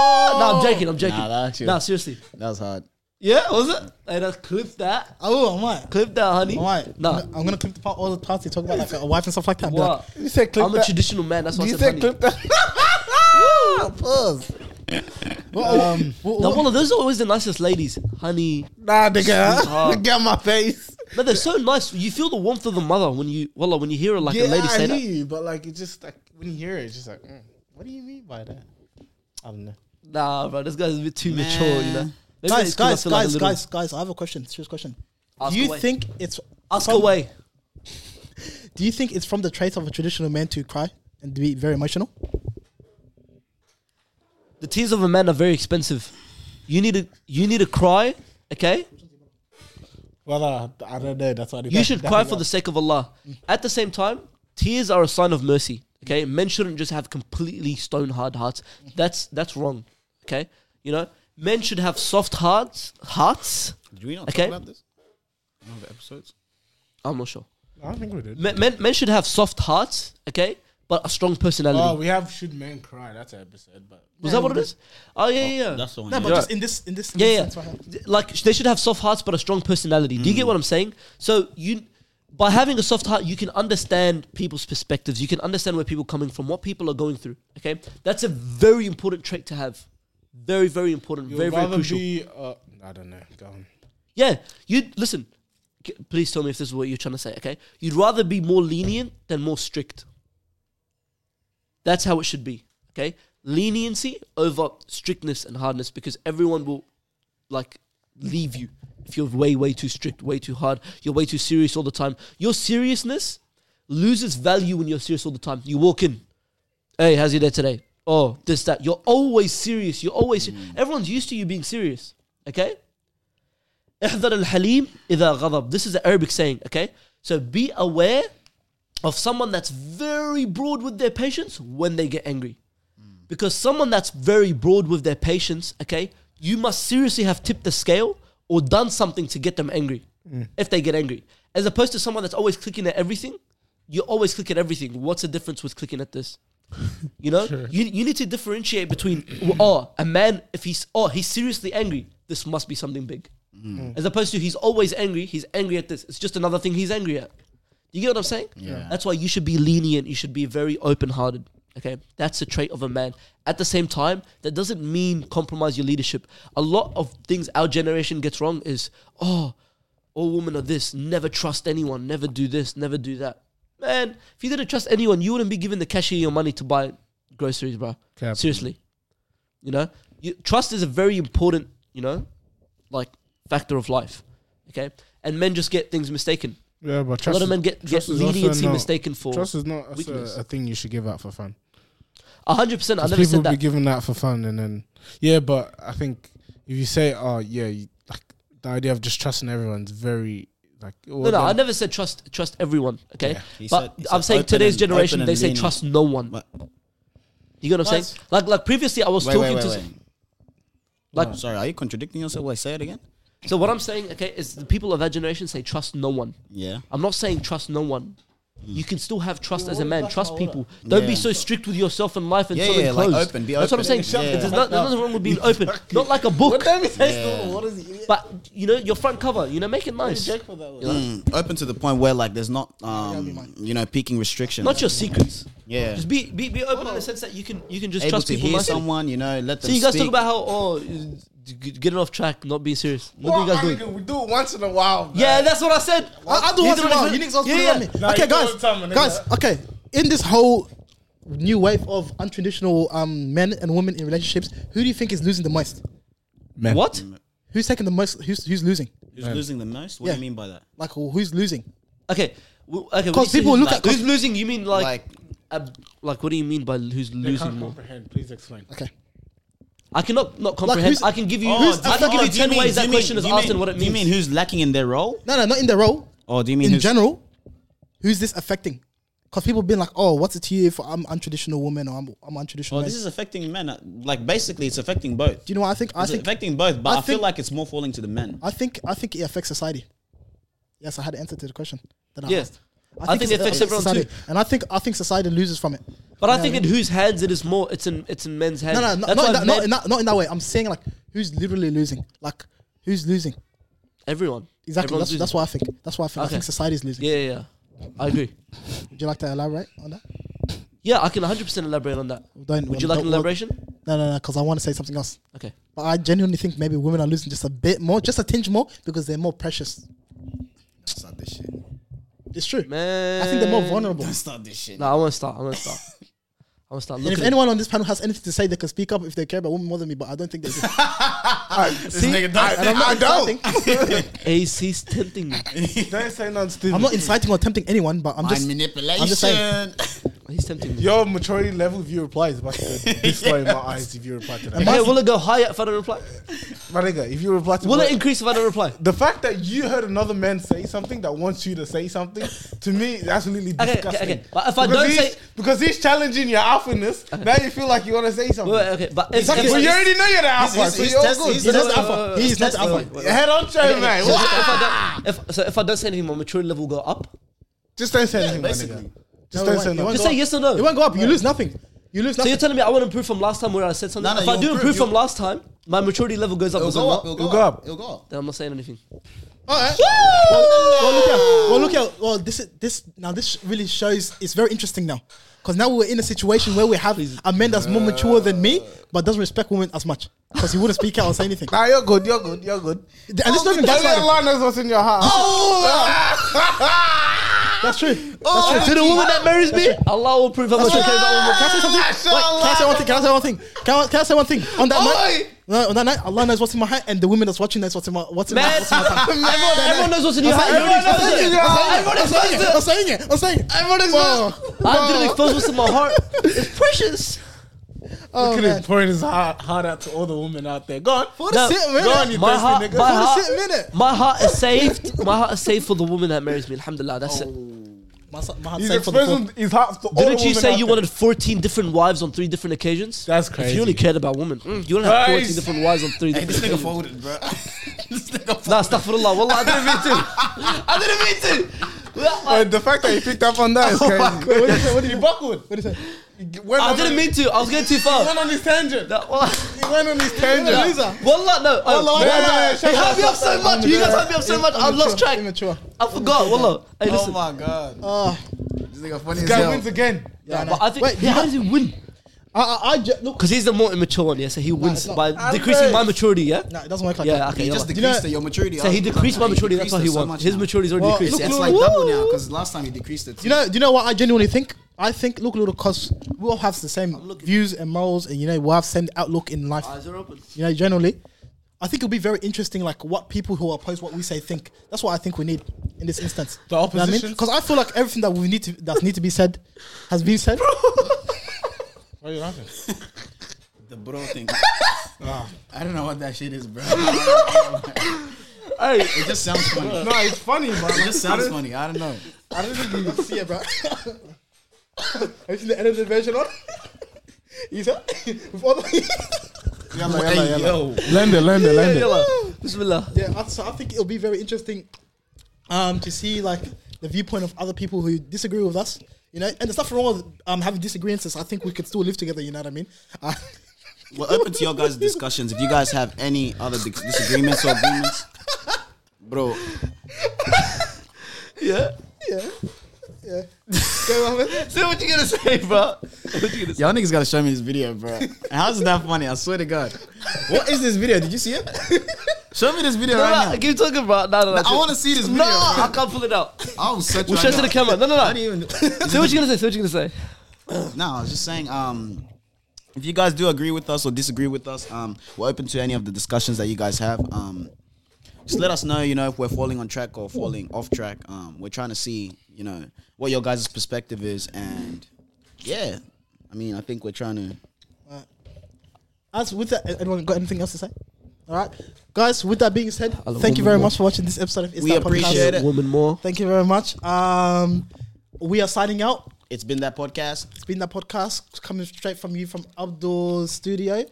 Speaker 1: I'm joking. I'm joking.
Speaker 6: Nah, that actually-
Speaker 1: nah seriously.
Speaker 6: That was hard.
Speaker 1: Yeah, was it? Hey, that's clip that.
Speaker 5: oh, I might.
Speaker 1: Clip that, honey.
Speaker 5: I might.
Speaker 1: Nah.
Speaker 5: I'm gonna clip the part, all the parts you talk about, like a wife and stuff like that. I'll be like,
Speaker 1: What?
Speaker 4: You said clip
Speaker 1: I'm a
Speaker 4: that.
Speaker 1: traditional man. That's why I
Speaker 4: You
Speaker 1: said
Speaker 4: said
Speaker 1: honey.
Speaker 4: clip that.
Speaker 5: Um,
Speaker 1: Now, Wallah, those are always the nicest ladies, honey.
Speaker 4: Nah, Ah, nigga.
Speaker 1: Sweetheart.
Speaker 4: Get my face.
Speaker 1: No, they're so nice. You feel the warmth of the mother when you, Wallah, when you hear like a lady
Speaker 4: I
Speaker 1: say
Speaker 4: hear
Speaker 1: that.
Speaker 4: you, but like it's just like when you hear it, it's just like, mm, what do you mean by that? I don't know.
Speaker 1: Nah, bro, this guy's a bit too mature, you know. Maybe
Speaker 5: guys,
Speaker 1: it's 'cause I
Speaker 5: guys,
Speaker 1: feel like a
Speaker 5: guys,
Speaker 1: little-
Speaker 5: guys, guys, I have a question. Serious question.
Speaker 1: Ask
Speaker 5: do you
Speaker 1: away.
Speaker 5: think it's
Speaker 1: Ask away.
Speaker 5: do you think it's from the trait of a traditional man to cry and be very emotional?
Speaker 1: The tears of a man are very expensive. You need to, you need to cry, okay?
Speaker 4: Well, I don't know. That's what
Speaker 1: You should cry for the sake of Allah. At the same time, tears are a sign of mercy. Okay, men shouldn't just have completely stone hard hearts. That's that's wrong. Okay, you know, men should have soft hearts. Hearts.
Speaker 6: Did we not
Speaker 1: Okay.
Speaker 6: talk about this? In one of the episodes?
Speaker 1: I'm not sure.
Speaker 4: I think we did.
Speaker 1: Men, men men should have soft hearts. Okay, but a strong personality.
Speaker 4: Oh, we have should men cry? That's an episode, but
Speaker 1: Was that what it is? Oh yeah, yeah. yeah.
Speaker 2: That's the one.
Speaker 5: No,
Speaker 2: yeah.
Speaker 5: but just in this in this in
Speaker 1: yeah,
Speaker 5: this
Speaker 1: yeah.
Speaker 5: sense right here.
Speaker 1: Th- Like sh- they should have soft hearts, but a strong personality. Do you
Speaker 4: Mm.
Speaker 1: get what I'm saying? So you, by having a soft heart, you can understand people's perspectives. You can understand where people are coming from, what people are going through. Okay, that's a very important trait to have. Very, very important.
Speaker 4: you
Speaker 1: very,
Speaker 4: would
Speaker 1: very
Speaker 4: rather
Speaker 1: crucial.
Speaker 4: be. Uh, I don't know. Go on.
Speaker 1: yeah, you listen. g- Please tell me if this is what you're trying to say. Okay, you'd rather be more lenient than more strict. That's how it should be. Okay, leniency over strictness and hardness because everyone will like leave you if you're way way too strict way too hard you're way too serious all the time your seriousness loses value when you're serious all the time you walk in hey how's your day today oh this that you're always serious you're always se- everyone's used to you being serious okay احذر الحليم إذا غضب this is the Arabic saying okay so be aware of someone that's very broad with their patience when they get angry because someone that's very broad with their patience, okay, you must seriously have tipped the scale or done something to get them angry if they get angry. As opposed to someone that's always clicking at everything, you always click at everything. What's the difference with clicking at this? You know, you, you need to differentiate between oh, a man if he's oh he's seriously angry, this must be something big, as opposed to he's always angry. He's angry at this. It's just another thing he's angry at. You get what I'm saying?
Speaker 6: Yeah.
Speaker 1: That's why you should be lenient. You should be very open-hearted. Okay, that's a trait of a man. At the same time, that doesn't mean compromise your leadership. A lot of things our generation gets wrong is oh, all women are this. Never trust anyone. Never do this. Never do that. Man, if you didn't trust anyone, you wouldn't be giving the cashier your money to buy groceries, bro.
Speaker 4: Cap.
Speaker 1: Seriously, you know, you, trust is a very important, you know, like factor of life. Okay, and men just get things mistaken.
Speaker 4: Yeah, but
Speaker 1: a lot of men get, get leniency mistaken for
Speaker 4: Trust is not also
Speaker 1: weakness.
Speaker 4: a thing you should give out for fun.
Speaker 1: A hundred percent. I
Speaker 4: 'Cause
Speaker 1: never
Speaker 4: people
Speaker 1: said
Speaker 4: be
Speaker 1: that.
Speaker 4: giving that for fun, and then yeah, but I think if you say, "Oh, yeah," you, like the idea of just trusting everyone's very like.
Speaker 1: No, no, I never said trust trust everyone. Okay,
Speaker 4: Yeah,
Speaker 6: he
Speaker 1: but
Speaker 6: said- he
Speaker 1: I'm
Speaker 6: said
Speaker 1: saying
Speaker 6: open
Speaker 1: today's
Speaker 6: and-
Speaker 1: generation
Speaker 6: open and
Speaker 1: they say
Speaker 6: lenient.
Speaker 1: trust no one.
Speaker 6: What?
Speaker 1: You get what I'm
Speaker 6: What?
Speaker 1: saying? Like like previously, I was
Speaker 6: Wait,
Speaker 1: talking
Speaker 6: wait, wait,
Speaker 1: to.
Speaker 6: wait.
Speaker 1: Like-
Speaker 6: Like, sorry, are you contradicting yourself? Wait, say it again.
Speaker 1: So what I'm saying, okay, is the people of that generation say trust no one.
Speaker 6: Yeah.
Speaker 1: I'm not saying trust no one. You can still have trust as a man. Trust people. Don't be
Speaker 6: Yeah.
Speaker 1: so strict with yourself in life and
Speaker 6: Yeah,
Speaker 1: so
Speaker 6: yeah, like
Speaker 1: enclosed.
Speaker 6: open, be
Speaker 1: That's what I'm
Speaker 6: open.
Speaker 1: saying.
Speaker 6: Yeah.
Speaker 1: There's, not, there's nothing wrong with being open. Not like a book,
Speaker 6: Yeah.
Speaker 1: but you know your front cover. You know, make it nice.
Speaker 6: Mm, open to the point where like there's not um you know peaking restrictions.
Speaker 1: Not your secrets.
Speaker 6: yeah.
Speaker 1: Just be be, be open in the sense that you can you can just
Speaker 6: Able
Speaker 1: trust
Speaker 6: to
Speaker 1: people.
Speaker 6: hear
Speaker 1: nicely.
Speaker 6: someone, you know, let them.
Speaker 1: So you guys
Speaker 6: speak.
Speaker 1: talk about how oh g- getting off track, not being serious. What
Speaker 4: Well,
Speaker 1: do you guys
Speaker 4: I
Speaker 1: do?
Speaker 4: think we do it once in a while. man.
Speaker 6: uh,
Speaker 1: Yeah, that's what I said.
Speaker 5: I, I do
Speaker 1: You
Speaker 5: want
Speaker 1: did
Speaker 5: to
Speaker 1: it
Speaker 5: know.
Speaker 1: as
Speaker 5: You
Speaker 1: well.
Speaker 5: niggas always
Speaker 1: Yeah,
Speaker 5: put it
Speaker 1: yeah.
Speaker 5: on me. okay,
Speaker 4: Nah, you do it all
Speaker 5: guys,
Speaker 4: the time, my nigga.
Speaker 5: guys. Okay, in this whole new wave of untraditional um, men and women in relationships, who do you think is losing the most?
Speaker 4: Man.
Speaker 1: What?
Speaker 5: Who's taking the most? Who's who's losing?
Speaker 6: who's losing the most. What
Speaker 5: Yeah.
Speaker 6: do you mean by that?
Speaker 5: Like who's losing?
Speaker 1: Okay, w- okay. when
Speaker 5: Cause
Speaker 1: you say
Speaker 5: people
Speaker 1: who's
Speaker 5: look
Speaker 1: lo-
Speaker 5: at-
Speaker 1: who's losing. You mean like
Speaker 6: Like,
Speaker 1: ab- like what do you mean by who's losing more?
Speaker 4: comprehend. Please explain.
Speaker 5: Okay,
Speaker 1: I cannot not comprehend.
Speaker 5: who's-
Speaker 1: I can give you.
Speaker 5: who's-
Speaker 1: I can
Speaker 5: oh,
Speaker 1: give you
Speaker 6: do you
Speaker 1: ten
Speaker 6: mean-
Speaker 1: ways
Speaker 6: do
Speaker 1: that
Speaker 6: you
Speaker 1: question
Speaker 6: mean-
Speaker 1: is
Speaker 6: do you
Speaker 1: asked
Speaker 6: mean-
Speaker 1: and what it
Speaker 6: do you mean
Speaker 1: means.
Speaker 6: who's lacking in their role?
Speaker 5: no, no, not in the role.
Speaker 6: Or do you mean
Speaker 5: In
Speaker 6: who's,
Speaker 5: general, who's this affecting? Because people been like, oh, what's it to you if I'm untraditional woman or I'm I'm untraditional?
Speaker 6: Oh,
Speaker 5: man?
Speaker 6: this is affecting men. uh, Like basically, it's affecting both.
Speaker 5: do you know what I think? I
Speaker 6: It's
Speaker 5: think
Speaker 6: affecting both, but
Speaker 5: I
Speaker 6: I, feel
Speaker 5: think-
Speaker 6: like it's more falling to the men.
Speaker 5: I think I think it affects society. Yes, I had an answer to the question that I
Speaker 1: Yeah.
Speaker 5: asked.
Speaker 1: I think it affects everyone
Speaker 5: society,
Speaker 1: too.
Speaker 5: and I think I think society loses from it.
Speaker 1: But
Speaker 5: You
Speaker 1: I
Speaker 5: know
Speaker 1: think
Speaker 5: what
Speaker 1: in whose hands it is more. It's in it's in men's hands.
Speaker 5: No, no,
Speaker 1: That's
Speaker 5: no, not, in
Speaker 1: why
Speaker 5: that, not,
Speaker 1: men-
Speaker 5: in that, not in that way. I'm saying like who's literally losing. Like who's losing?
Speaker 1: everyone.
Speaker 5: Exactly.
Speaker 1: Everyone's
Speaker 5: That's, that's
Speaker 1: losing.
Speaker 5: what I think. That's what I think. I
Speaker 1: Okay.
Speaker 5: think society is losing.
Speaker 1: Yeah, yeah, yeah. I agree.
Speaker 5: Would you like to elaborate on that?
Speaker 1: Yeah, I can 100 percent elaborate on that.
Speaker 5: Don't-
Speaker 1: Would you like
Speaker 5: don't-
Speaker 1: an elaboration?
Speaker 5: No, no, no, because I want to say something else.
Speaker 1: Okay.
Speaker 5: But I genuinely think maybe women are losing just a bit more, just a tinge more, because they're more precious.
Speaker 6: Start this shit.
Speaker 5: It's true.
Speaker 1: Man.
Speaker 5: I think they're more vulnerable.
Speaker 6: Don't start this shit.
Speaker 1: No, I won't start. I won't start. I won't start.
Speaker 5: And if
Speaker 1: Looking
Speaker 5: anyone on this panel has anything to say, they can speak up if they care about women more than me, but I don't think they do.
Speaker 1: Ah,
Speaker 2: This nigga don't.
Speaker 5: And I'm not inciting.
Speaker 1: he's, he's tempting me.
Speaker 4: Don't say nothing, Steven.
Speaker 5: I'm not inciting or tempting anyone, but I'm just.
Speaker 6: Mind manipulation.
Speaker 5: I'm just saying.
Speaker 1: He's tempting me.
Speaker 4: Your maturity level if you reply is about to destroy my eyes if you reply to that.
Speaker 1: Okay, will it go higher if I don't reply?
Speaker 4: My nigga, if you reply to
Speaker 1: Will
Speaker 4: what-
Speaker 1: it increase if I don't reply?
Speaker 4: the fact that you heard another man say something that wants you to say something, to me, is absolutely
Speaker 1: okay,
Speaker 4: disgusting.
Speaker 1: okay. But if I don't
Speaker 4: he's,
Speaker 1: say-
Speaker 4: because he's challenging your alphaness, now you feel like you want to say something.
Speaker 1: Wait, okay, but if,
Speaker 5: Exactly.
Speaker 1: if,
Speaker 4: Well,
Speaker 1: I-
Speaker 4: you already know you're the alpha,
Speaker 6: he's-
Speaker 4: so
Speaker 6: he's
Speaker 4: you're
Speaker 6: testing-
Speaker 4: good.
Speaker 6: he's
Speaker 5: He's not
Speaker 1: Wait, wait, wait,
Speaker 5: alpha.
Speaker 1: wait,
Speaker 5: He's not
Speaker 1: wait, wait,
Speaker 5: alpha.
Speaker 1: wait, wait.
Speaker 4: Head on, Trey, man.
Speaker 1: So if I don't, if, so if I don't say anything, my maturity level will go up.
Speaker 4: Just don't say anything, my nigga. Just don't say
Speaker 5: it
Speaker 4: nothing.
Speaker 5: won't
Speaker 1: Just
Speaker 5: go
Speaker 1: say
Speaker 5: up.
Speaker 1: yes or no.
Speaker 5: It won't go up. You lose nothing. You lose
Speaker 1: So you're
Speaker 5: nothing.
Speaker 1: telling me I won't improve from last time where I said something?
Speaker 6: No, no,
Speaker 1: if I
Speaker 6: you'll
Speaker 1: do
Speaker 6: improve,
Speaker 1: improve from
Speaker 6: you'll-
Speaker 1: last time, my maturity level goes up.
Speaker 6: It'll
Speaker 1: does it
Speaker 6: go
Speaker 1: not?
Speaker 6: up. It'll go
Speaker 4: go
Speaker 6: up.
Speaker 4: up.
Speaker 6: It'll go up.
Speaker 1: Then I'm not saying anything.
Speaker 5: Well, look out. Well, look out. Well, this is this now. This really shows. It's very interesting now, because now we're in a situation where we have a man that's more mature than me, but doesn't respect women as much, because he wouldn't speak out or say anything.
Speaker 4: Nah, you're good, you're good, you're good. Oh,
Speaker 5: And it's not even
Speaker 4: Only
Speaker 5: gaslighting.
Speaker 4: Allah knows what's in your heart.
Speaker 5: That's true. That's
Speaker 1: Oh,
Speaker 5: true.
Speaker 1: to the woman that marries me, Allah will prove how much I care about women.
Speaker 5: Can I say something? Wait, can I say one thing? Can I say one thing? Can I, can I say one thing? On that night, no, on that night, Allah knows what's in my heart, and the women that's watching knows what's in my what's in my
Speaker 1: Man,
Speaker 5: what's in my heart.
Speaker 1: everyone, everyone knows what's in your heart. You already
Speaker 5: Everyone
Speaker 1: exposed it. Everyone
Speaker 5: I'm
Speaker 1: exposed
Speaker 5: saying
Speaker 1: it.
Speaker 5: it. I'm saying it. I'm saying it.
Speaker 6: Everyone is
Speaker 1: I didn't expose what's in my heart. It's precious.
Speaker 5: Oh,
Speaker 4: Look at him
Speaker 5: man.
Speaker 4: pouring his heart, heart out to all the women out there. Go on.
Speaker 5: For
Speaker 1: No,
Speaker 5: the sit
Speaker 4: Go on,
Speaker 5: minute.
Speaker 4: you
Speaker 1: My
Speaker 4: thirsty
Speaker 1: heart,
Speaker 4: nigga.
Speaker 1: my
Speaker 5: For the
Speaker 1: heart,
Speaker 5: sit minute.
Speaker 1: my heart is saved. My heart is saved for the woman that marries me. Alhamdulillah, that's it.
Speaker 5: My s- my heart's
Speaker 4: He's
Speaker 5: saying for the fourth.
Speaker 4: exposing his heart to all the
Speaker 1: Didn't you
Speaker 4: women
Speaker 1: say
Speaker 4: out
Speaker 1: you
Speaker 4: there.
Speaker 1: wanted 14 different wives on three different occasions?
Speaker 4: That's
Speaker 1: If
Speaker 4: crazy.
Speaker 1: you only cared about women, mm, you wouldn't have 14
Speaker 4: Guys.
Speaker 1: different wives on three
Speaker 6: Hey,
Speaker 1: different
Speaker 6: this nigga
Speaker 1: occasions.
Speaker 6: folded, bro. this nigga folded.
Speaker 1: Nah, astaghfirullah. Wallah, I didn't mean to. I didn't mean to. Well, I-
Speaker 4: Uh, the fact that he picked up on that is crazy. what did you say? What did you buckled? What did you say? Went
Speaker 1: I
Speaker 4: on
Speaker 1: didn't
Speaker 4: his-
Speaker 1: mean to. I was going too
Speaker 4: He
Speaker 1: far.
Speaker 4: went on his tangent.
Speaker 1: Nah, wallah.
Speaker 4: He went on his tangent.
Speaker 1: Wallah, no. Oh,
Speaker 4: no,
Speaker 1: wallah.
Speaker 4: no, no,
Speaker 1: You
Speaker 4: shut
Speaker 1: hyped me up so much. You guys hyped me up so much. I lost track.
Speaker 5: Immature.
Speaker 1: I forgot. Wallah. Hey,
Speaker 6: Oh
Speaker 1: listen.
Speaker 6: my god.
Speaker 5: Oh,
Speaker 6: This nigga funny as
Speaker 4: Guy
Speaker 6: hell.
Speaker 4: wins again.
Speaker 5: yeah,
Speaker 1: But I think.
Speaker 5: Wait,
Speaker 1: yeah, how does he win?
Speaker 5: I, I, I ju- look.
Speaker 1: Because he's the more immature one, yeah. So he wins
Speaker 5: it's not.
Speaker 1: by
Speaker 4: I'm
Speaker 1: decreasing my
Speaker 4: first.
Speaker 1: maturity, yeah.
Speaker 5: Nah, it doesn't work like
Speaker 1: Yeah,
Speaker 5: that.
Speaker 1: okay.
Speaker 6: He
Speaker 1: yeah,
Speaker 6: just
Speaker 1: wallah.
Speaker 6: decreased your maturity.
Speaker 1: So he decreased my maturity. That's
Speaker 6: decreased
Speaker 1: why he
Speaker 6: it so
Speaker 1: won.
Speaker 6: much
Speaker 1: His
Speaker 6: now.
Speaker 1: maturity's already
Speaker 5: Well,
Speaker 1: decreased.
Speaker 5: look,
Speaker 6: It's
Speaker 5: look,
Speaker 6: like
Speaker 5: look.
Speaker 6: double now because last time he decreased it.
Speaker 5: Do you know? Do you know what I genuinely think? I think look, little, cause we all have the same
Speaker 1: looking.
Speaker 5: views and morals, and you know, we have same outlook in life.
Speaker 1: Eyes are open.
Speaker 5: You know, generally, I think it'll be very interesting, like what people who oppose what we say think. That's what I think we need in this instance.
Speaker 4: The opposition?
Speaker 5: Because I feel like everything that we need to that need to be said has been said.
Speaker 4: Why are you laughing?
Speaker 6: The bro thing.
Speaker 4: Ah.
Speaker 6: I don't know what that shit is, bro.
Speaker 1: Hey,
Speaker 6: It just sounds funny.
Speaker 4: No, it's funny, but
Speaker 6: It just sounds funny. I don't know.
Speaker 5: I don't think you can see it, bro. Have you seen the edited version on? You said with all the
Speaker 4: Yalla,
Speaker 6: Hey,
Speaker 4: yalla, yalla.
Speaker 6: yo.
Speaker 4: Land it, land it, land it.
Speaker 1: yalla. Bismillah.
Speaker 5: yeah. I- So I think it'll be very interesting, um, to see like the viewpoint of other people who disagree with us. You know, and there's nothing wrong with um having disagreements. I think we could still live together. You know what I mean? Uh,
Speaker 6: We're open to your guys' discussions. If you guys have any other dis- disagreements or agreements, bro,
Speaker 1: Yeah.
Speaker 5: yeah.
Speaker 6: so what you gonna say, bro? Y'all niggas gotta show me this video, bro. How's that funny? I swear to God. What is this video? Did you see it? Show me this video
Speaker 1: No,
Speaker 6: right
Speaker 1: no,
Speaker 6: now.
Speaker 1: keep talking, bro. No, no, no.
Speaker 6: I wanna see this video.
Speaker 1: No,
Speaker 6: bro.
Speaker 1: I can't pull it out.
Speaker 6: I'll search
Speaker 1: We'll
Speaker 6: right
Speaker 1: show it to
Speaker 6: now.
Speaker 1: the camera. No, no,
Speaker 6: Not
Speaker 1: no.
Speaker 6: even.
Speaker 1: Say what you're gonna say. Say what you're gonna say.
Speaker 6: No, I was just saying. Um, if you guys do agree with us or disagree with us, um, we're open to any of the discussions that you guys have. Um, just let us know, you know, if we're falling on track or falling off track. Um, we're trying to see, you know, what your guys' perspective is, and yeah, I mean, I think we're trying to.
Speaker 5: As with that, anyone got anything else to say? All right, guys. With that being said, thank you very much for watching this episode of It's
Speaker 6: We
Speaker 5: That
Speaker 6: appreciate
Speaker 5: Podcast.
Speaker 6: it.
Speaker 1: Woman more.
Speaker 5: Thank you very much. Um, we are signing out.
Speaker 6: It's been that podcast.
Speaker 5: It's been that podcast coming straight from you from Abdul's studio,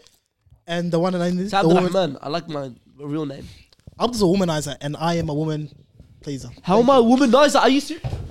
Speaker 5: and the one and only
Speaker 1: It's
Speaker 5: the woman,
Speaker 1: Abdurrahman. I like my real name.
Speaker 5: Abdul's a womanizer, and I am a woman pleaser.
Speaker 1: How am I a womanizer? Are you serious?